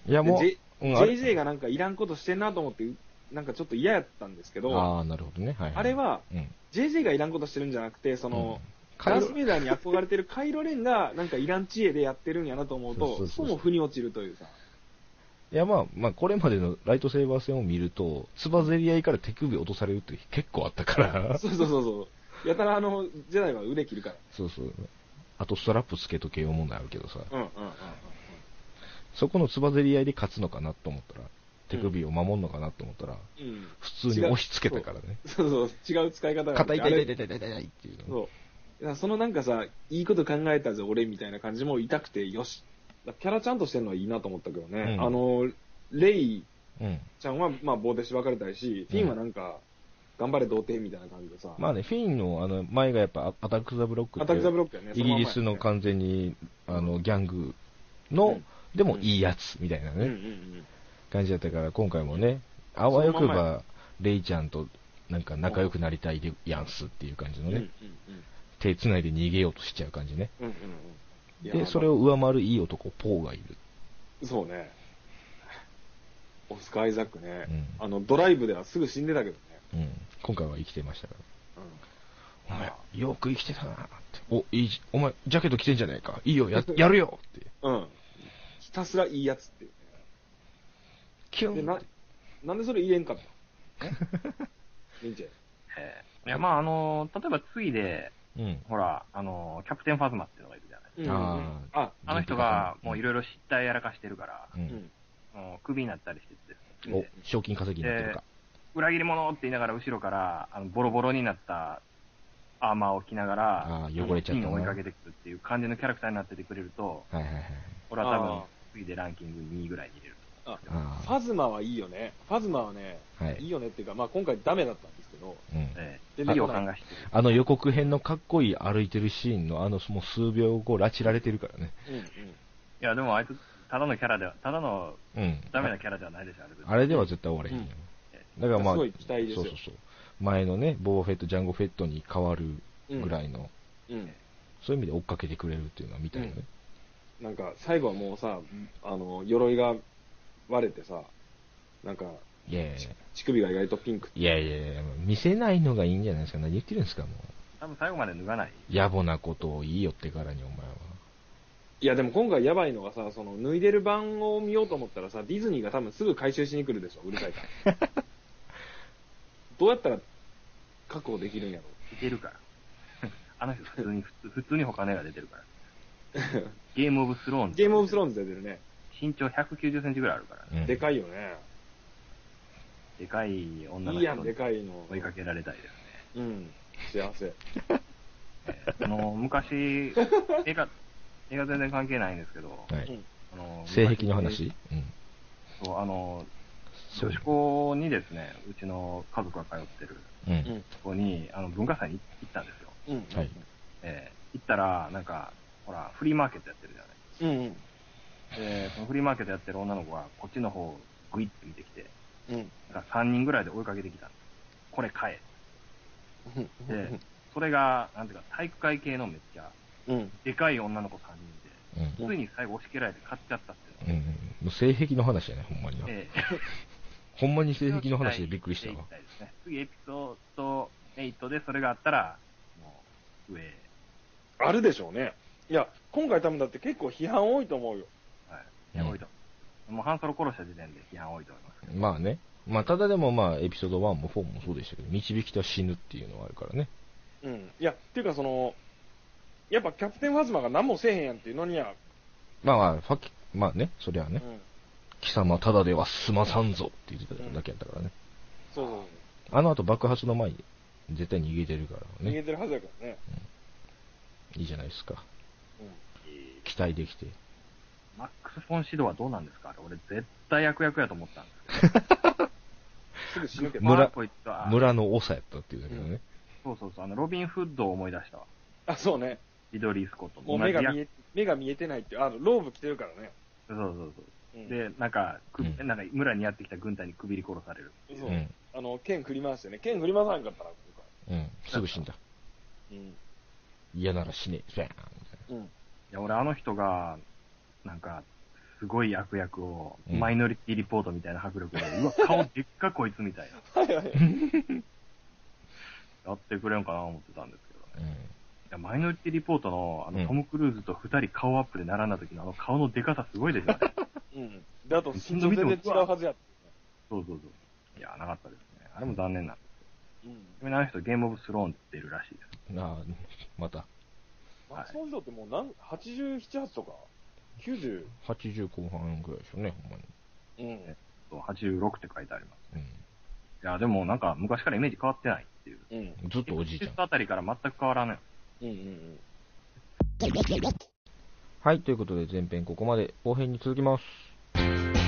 Speaker 1: いやもう、
Speaker 3: で
Speaker 1: うんあれ
Speaker 3: JJ がなんかいらんことしてんなと思って、なんかちょっと嫌やったんですけど、
Speaker 1: ああ、なるほどね。はい、い
Speaker 3: あれ、は、
Speaker 1: うん。
Speaker 3: JJ がいらんことしてるんじゃなくて、その、
Speaker 1: カイ
Speaker 3: ダ
Speaker 1: ロ
Speaker 3: ース・ベイダーに憧れてるカイロレンが、なんかイラン知恵でやってるんやなと思うと、
Speaker 1: そうそうそうそう
Speaker 3: も腑に落ちるというさ。
Speaker 1: いやまあ、まあこれまでのライトセーバー戦を見ると、つばぜり合いから手首落とされるって結構あった
Speaker 3: [LAUGHS]
Speaker 1: から。
Speaker 3: そうそうそうそう。やたらあの、ジェダイは腕切るか
Speaker 1: そうそう。あとストラップつけとけよ問題あるけどさ、
Speaker 3: ら。うんうんうんうん。
Speaker 1: そこのつばぜり合いで勝つのかなと思ったら、手首を守るのかなと思ったら、
Speaker 3: うん。
Speaker 1: 普通に押し付けたからね。
Speaker 3: そうそう、違う使い方があって
Speaker 1: 肩痛い痛
Speaker 3: あれ
Speaker 1: い痛い痛い痛い痛いっていうの。
Speaker 3: そう。だからそのなんかさ、いいこと考えたぜ、俺みたいな感じも痛くて、よし。だキャラちゃんとしてるのはいいなと思ったけどね。
Speaker 1: うん
Speaker 3: あの、レイ
Speaker 1: うん。
Speaker 3: ちゃんは、まあ、棒でしばかれたりし、フィンはなんか、頑張れ童貞みたいな感じでさ、
Speaker 1: まあね、フィンのあの前がやっぱアタック・ザ・ブロック
Speaker 3: アタック・ザ・ブ
Speaker 1: ロッ
Speaker 3: ロックやね。
Speaker 1: イギリスの
Speaker 3: 感
Speaker 1: 完全にあのギャング
Speaker 3: う
Speaker 1: の
Speaker 3: ん、
Speaker 1: でもいいやつみたいな
Speaker 3: じ。うんうん
Speaker 1: ね、
Speaker 3: うん。
Speaker 1: 感じだったから、今回もね、あわよく
Speaker 3: そのまん
Speaker 1: ば、レイちゃんとなんか仲良くなりたいでやんすっていう感じの
Speaker 3: うんうん
Speaker 1: ね、手繋いで逃げようとしちゃう感じね。
Speaker 3: うんうんうん。いや
Speaker 1: で、それ。を上回るいい男、ポーがいる。
Speaker 3: そうね。オスカー・アイザックね。
Speaker 1: うん
Speaker 3: あの、ドライブではすぐ死んでたけどね。
Speaker 1: うん。今回は生きてましたから。
Speaker 3: うん
Speaker 1: お前、よく生きてたなって。お、いいじ、お前、ジャケット着てんじゃねえか。いいよ、 [LAUGHS] や、やるよって。
Speaker 3: うん。ひたすらいいやつっていうね。
Speaker 1: キュ
Speaker 3: で、
Speaker 1: ンっ
Speaker 3: な
Speaker 1: て。、
Speaker 3: なんでそれ入れん
Speaker 1: [LAUGHS]
Speaker 3: かったの忍者。
Speaker 2: えーいや、まあ、あの、例えば、ついで、
Speaker 1: うん。
Speaker 2: ほら、あの、キャプテンファズマっていうのがいるじゃない
Speaker 3: うん
Speaker 1: あー
Speaker 3: あ、
Speaker 2: あの人が、もういろいろ失態やらかしてるから、
Speaker 1: う。
Speaker 3: うんん。
Speaker 2: もうクビになったりしてて、
Speaker 1: お、賞金稼ぎになってるか。
Speaker 2: 裏切り者って言いながら、後ろから、あの、ボロボロになったアーマーを着ながら、
Speaker 1: あー汚れちゃったな
Speaker 2: ピンを追いかけてくるっていう感じのキャラクターになっててくれると、
Speaker 1: はいはいはい。
Speaker 2: 俺は多
Speaker 3: あ
Speaker 2: 分、次でランキング2位ぐらいに入れると思う。
Speaker 1: あ
Speaker 3: ファズマはいいよね。ファズマはね、
Speaker 1: あ。はい
Speaker 3: い
Speaker 1: い。
Speaker 3: よねっていうか、まあ今回ダメだったんですけど、
Speaker 1: うん。
Speaker 2: えー、いい
Speaker 3: ででも
Speaker 2: 予
Speaker 3: な
Speaker 2: 感
Speaker 3: んか
Speaker 2: がしてる。
Speaker 1: あの予告編のかっこいい歩いてるシーンのあのもう数秒後、拉致られてるからね。
Speaker 3: うんうん。
Speaker 2: いや、でもあいつ、ただのキャラでは、ただの
Speaker 1: うん。
Speaker 2: ダメなキャラではないでしょ、あれ。
Speaker 1: あれでは絶対終われへんよ。
Speaker 3: うん
Speaker 2: え
Speaker 1: だからまあ、
Speaker 3: すごい期待ですよ
Speaker 1: そうそうそう。前のね、ボーフェット、ジャンゴフェットに変わるぐらいの、
Speaker 3: うん。
Speaker 1: そういう意味で追っかけてくれるっていうのは見たいよね。
Speaker 3: なんか、最後はもうさ、あの、鎧が割れてさ、なんか、
Speaker 1: いやいやい
Speaker 3: 乳首が意外とピンクって。
Speaker 1: やいやいや、見せないのがいいんじゃないですか。何言ってるんですか、もう。
Speaker 2: 多分最後まで脱がない。
Speaker 1: 野暮なことを言いよってからに、お前は。
Speaker 3: いや、でも今回やばいのがさ、その、脱いでる版を見ようと思ったらさ、ディズニーが多分すぐ回収しに来るでしょ、うるさいから。
Speaker 1: [LAUGHS]
Speaker 3: どうやったら確保できるんやろ
Speaker 2: いけるから。 [LAUGHS] あの人普通に、普通普通に他の絵が出てるから。
Speaker 3: [LAUGHS]
Speaker 2: ゲームオブスローンズ。
Speaker 3: ゲームオブスロ
Speaker 2: ーン
Speaker 3: ーンズ出てるね。
Speaker 2: 身長190センチぐらいあるから、
Speaker 1: うん
Speaker 3: でかいよね。
Speaker 2: でかい女
Speaker 3: い
Speaker 2: の
Speaker 3: いやん、
Speaker 2: 人
Speaker 3: で
Speaker 2: に
Speaker 3: かいの。
Speaker 2: 追いかけられたいです
Speaker 3: うん。幸せ。
Speaker 2: ね。あの、
Speaker 3: [LAUGHS]
Speaker 2: 昔、映画、映画全然関係ないんですけど、
Speaker 1: は
Speaker 3: う
Speaker 1: い
Speaker 3: ん。
Speaker 2: あの
Speaker 1: 性癖の
Speaker 2: 昔
Speaker 1: 話うん。
Speaker 2: そう、あの、
Speaker 1: そ
Speaker 2: 女
Speaker 1: う
Speaker 2: 子。校にですね、うちの家族が通ってる
Speaker 1: うん。
Speaker 3: うん
Speaker 2: とこに、あの、文化祭に行ったんですよ。
Speaker 3: うん。
Speaker 1: はい。
Speaker 2: えー行ったら、なんか、ほら、フリーマーケットやってるじゃない
Speaker 3: うんうん。
Speaker 2: で、そのフリーマーケットやってる女の子が、こっちの方をグイッと見てきて、
Speaker 3: うん。
Speaker 2: なんか3人ぐらいで追いかけてきたんです。これ買
Speaker 3: うん
Speaker 2: え。
Speaker 1: [LAUGHS]
Speaker 2: で、それが、なんていうか、体育会系のめっちゃ、
Speaker 3: うん。
Speaker 2: でかい女の子3人
Speaker 1: うん。
Speaker 2: で、ついに最後押し切られて買っちゃったってい
Speaker 1: う
Speaker 2: うの
Speaker 1: ん。もう性癖の話やね、ほんまにな。
Speaker 2: え
Speaker 1: ほんまに
Speaker 2: え
Speaker 1: 性癖の話でびっくりしたわ。
Speaker 2: いですね次エピソード8でそれがあったら、もう、上、はい。
Speaker 3: あるでしょうね。いや、今回多分だって結構批判多いと思うよ。
Speaker 2: いや、多いと。もう、ハンソロ殺した時点で批判多いと思います。
Speaker 1: まあね。まあ、ただでもまあ、エピソード1も4もそうでしたけど、導きと死ぬっていうのはあるからね。
Speaker 3: うん。いや、っていうかその、やっぱキャプテンファズマが何もせえへんやんっていうのには、
Speaker 1: まあまあ、ファキ、まあね、そりゃあ
Speaker 3: うん
Speaker 1: ね、。貴様ただでは済まさんぞって言ってただけやったからね。
Speaker 3: そうそう
Speaker 1: あの後爆発の前に絶対逃げてるから
Speaker 3: そう。逃げ
Speaker 1: ね。
Speaker 3: てるはずやからね。
Speaker 1: いいじゃないですか。
Speaker 3: うん。
Speaker 2: え
Speaker 1: 期待できて。
Speaker 2: ーマックス・フォン・シドはどうなんですかあれ俺、絶対悪役やと思ったんです
Speaker 3: すぐ死ぬけ
Speaker 2: け
Speaker 3: ど。
Speaker 2: ど。
Speaker 1: 村
Speaker 2: まあこいつは
Speaker 1: 村の長やったっていうだけどね。
Speaker 2: そうそうそう、あの、ロビン・フッドを思い出したわ。
Speaker 3: あ、そうね。
Speaker 2: リドリー・スコット
Speaker 3: も
Speaker 2: の
Speaker 3: う
Speaker 2: 同
Speaker 3: 目
Speaker 2: じ
Speaker 3: が
Speaker 2: 役。
Speaker 3: 見え、目が見えてないっていう、あの、ローブ着てるからね。
Speaker 2: そうそうそう。
Speaker 3: うん、
Speaker 2: で、なんか、く
Speaker 1: うん
Speaker 2: なんか村にやってきた軍隊にくびり殺される。
Speaker 3: そうう、
Speaker 1: ん。
Speaker 3: あの、剣振り回してね。剣振り回さなかったな、今
Speaker 1: うん。すぐ死んだ。
Speaker 3: 回。うん。
Speaker 1: 嫌なら死ね。フェーンみたい
Speaker 3: うん。
Speaker 2: いや、俺あの人が、なんか、すごい悪役を、
Speaker 1: うん
Speaker 2: マイノリティリポートみたいな迫
Speaker 1: [LAUGHS]
Speaker 2: 力で、うわ、顔でっかこいつみたい
Speaker 3: はいはいは
Speaker 2: な、
Speaker 3: い。
Speaker 2: やってくれんかな思ってたんですけどね。
Speaker 1: な。
Speaker 2: いや、マイノリティリポートの、あ
Speaker 1: う
Speaker 2: の、
Speaker 1: ん
Speaker 2: トム・クルーズと二人顔アップで並んだ時のあの顔のでかさすごい
Speaker 1: [LAUGHS]
Speaker 2: ですよね。
Speaker 3: うん。で、あと、身長全然違うはずやっ
Speaker 2: そうそうそう。いや、なかったですね。あれも残念なんです。
Speaker 3: た。うん。
Speaker 2: ちなみにあの人、ゲームオブスローンって出るらしいです。
Speaker 1: うん。なあ、また。
Speaker 3: マックス・フォンシドってもうなん、87、8とか ?90?
Speaker 1: 80後半ぐらいでしょうね、ほんまに。
Speaker 3: うん。
Speaker 2: そう86って書いてあります。いや、でもなんか、昔からイメージ変わってないっていう。
Speaker 3: うん。
Speaker 1: うん。ずっとおじいちゃん
Speaker 2: エクセ。スあたりから全く変わらない。
Speaker 3: うんうん
Speaker 1: はい、ということで前編ここまで、後編に続きます。
Speaker 3: うん。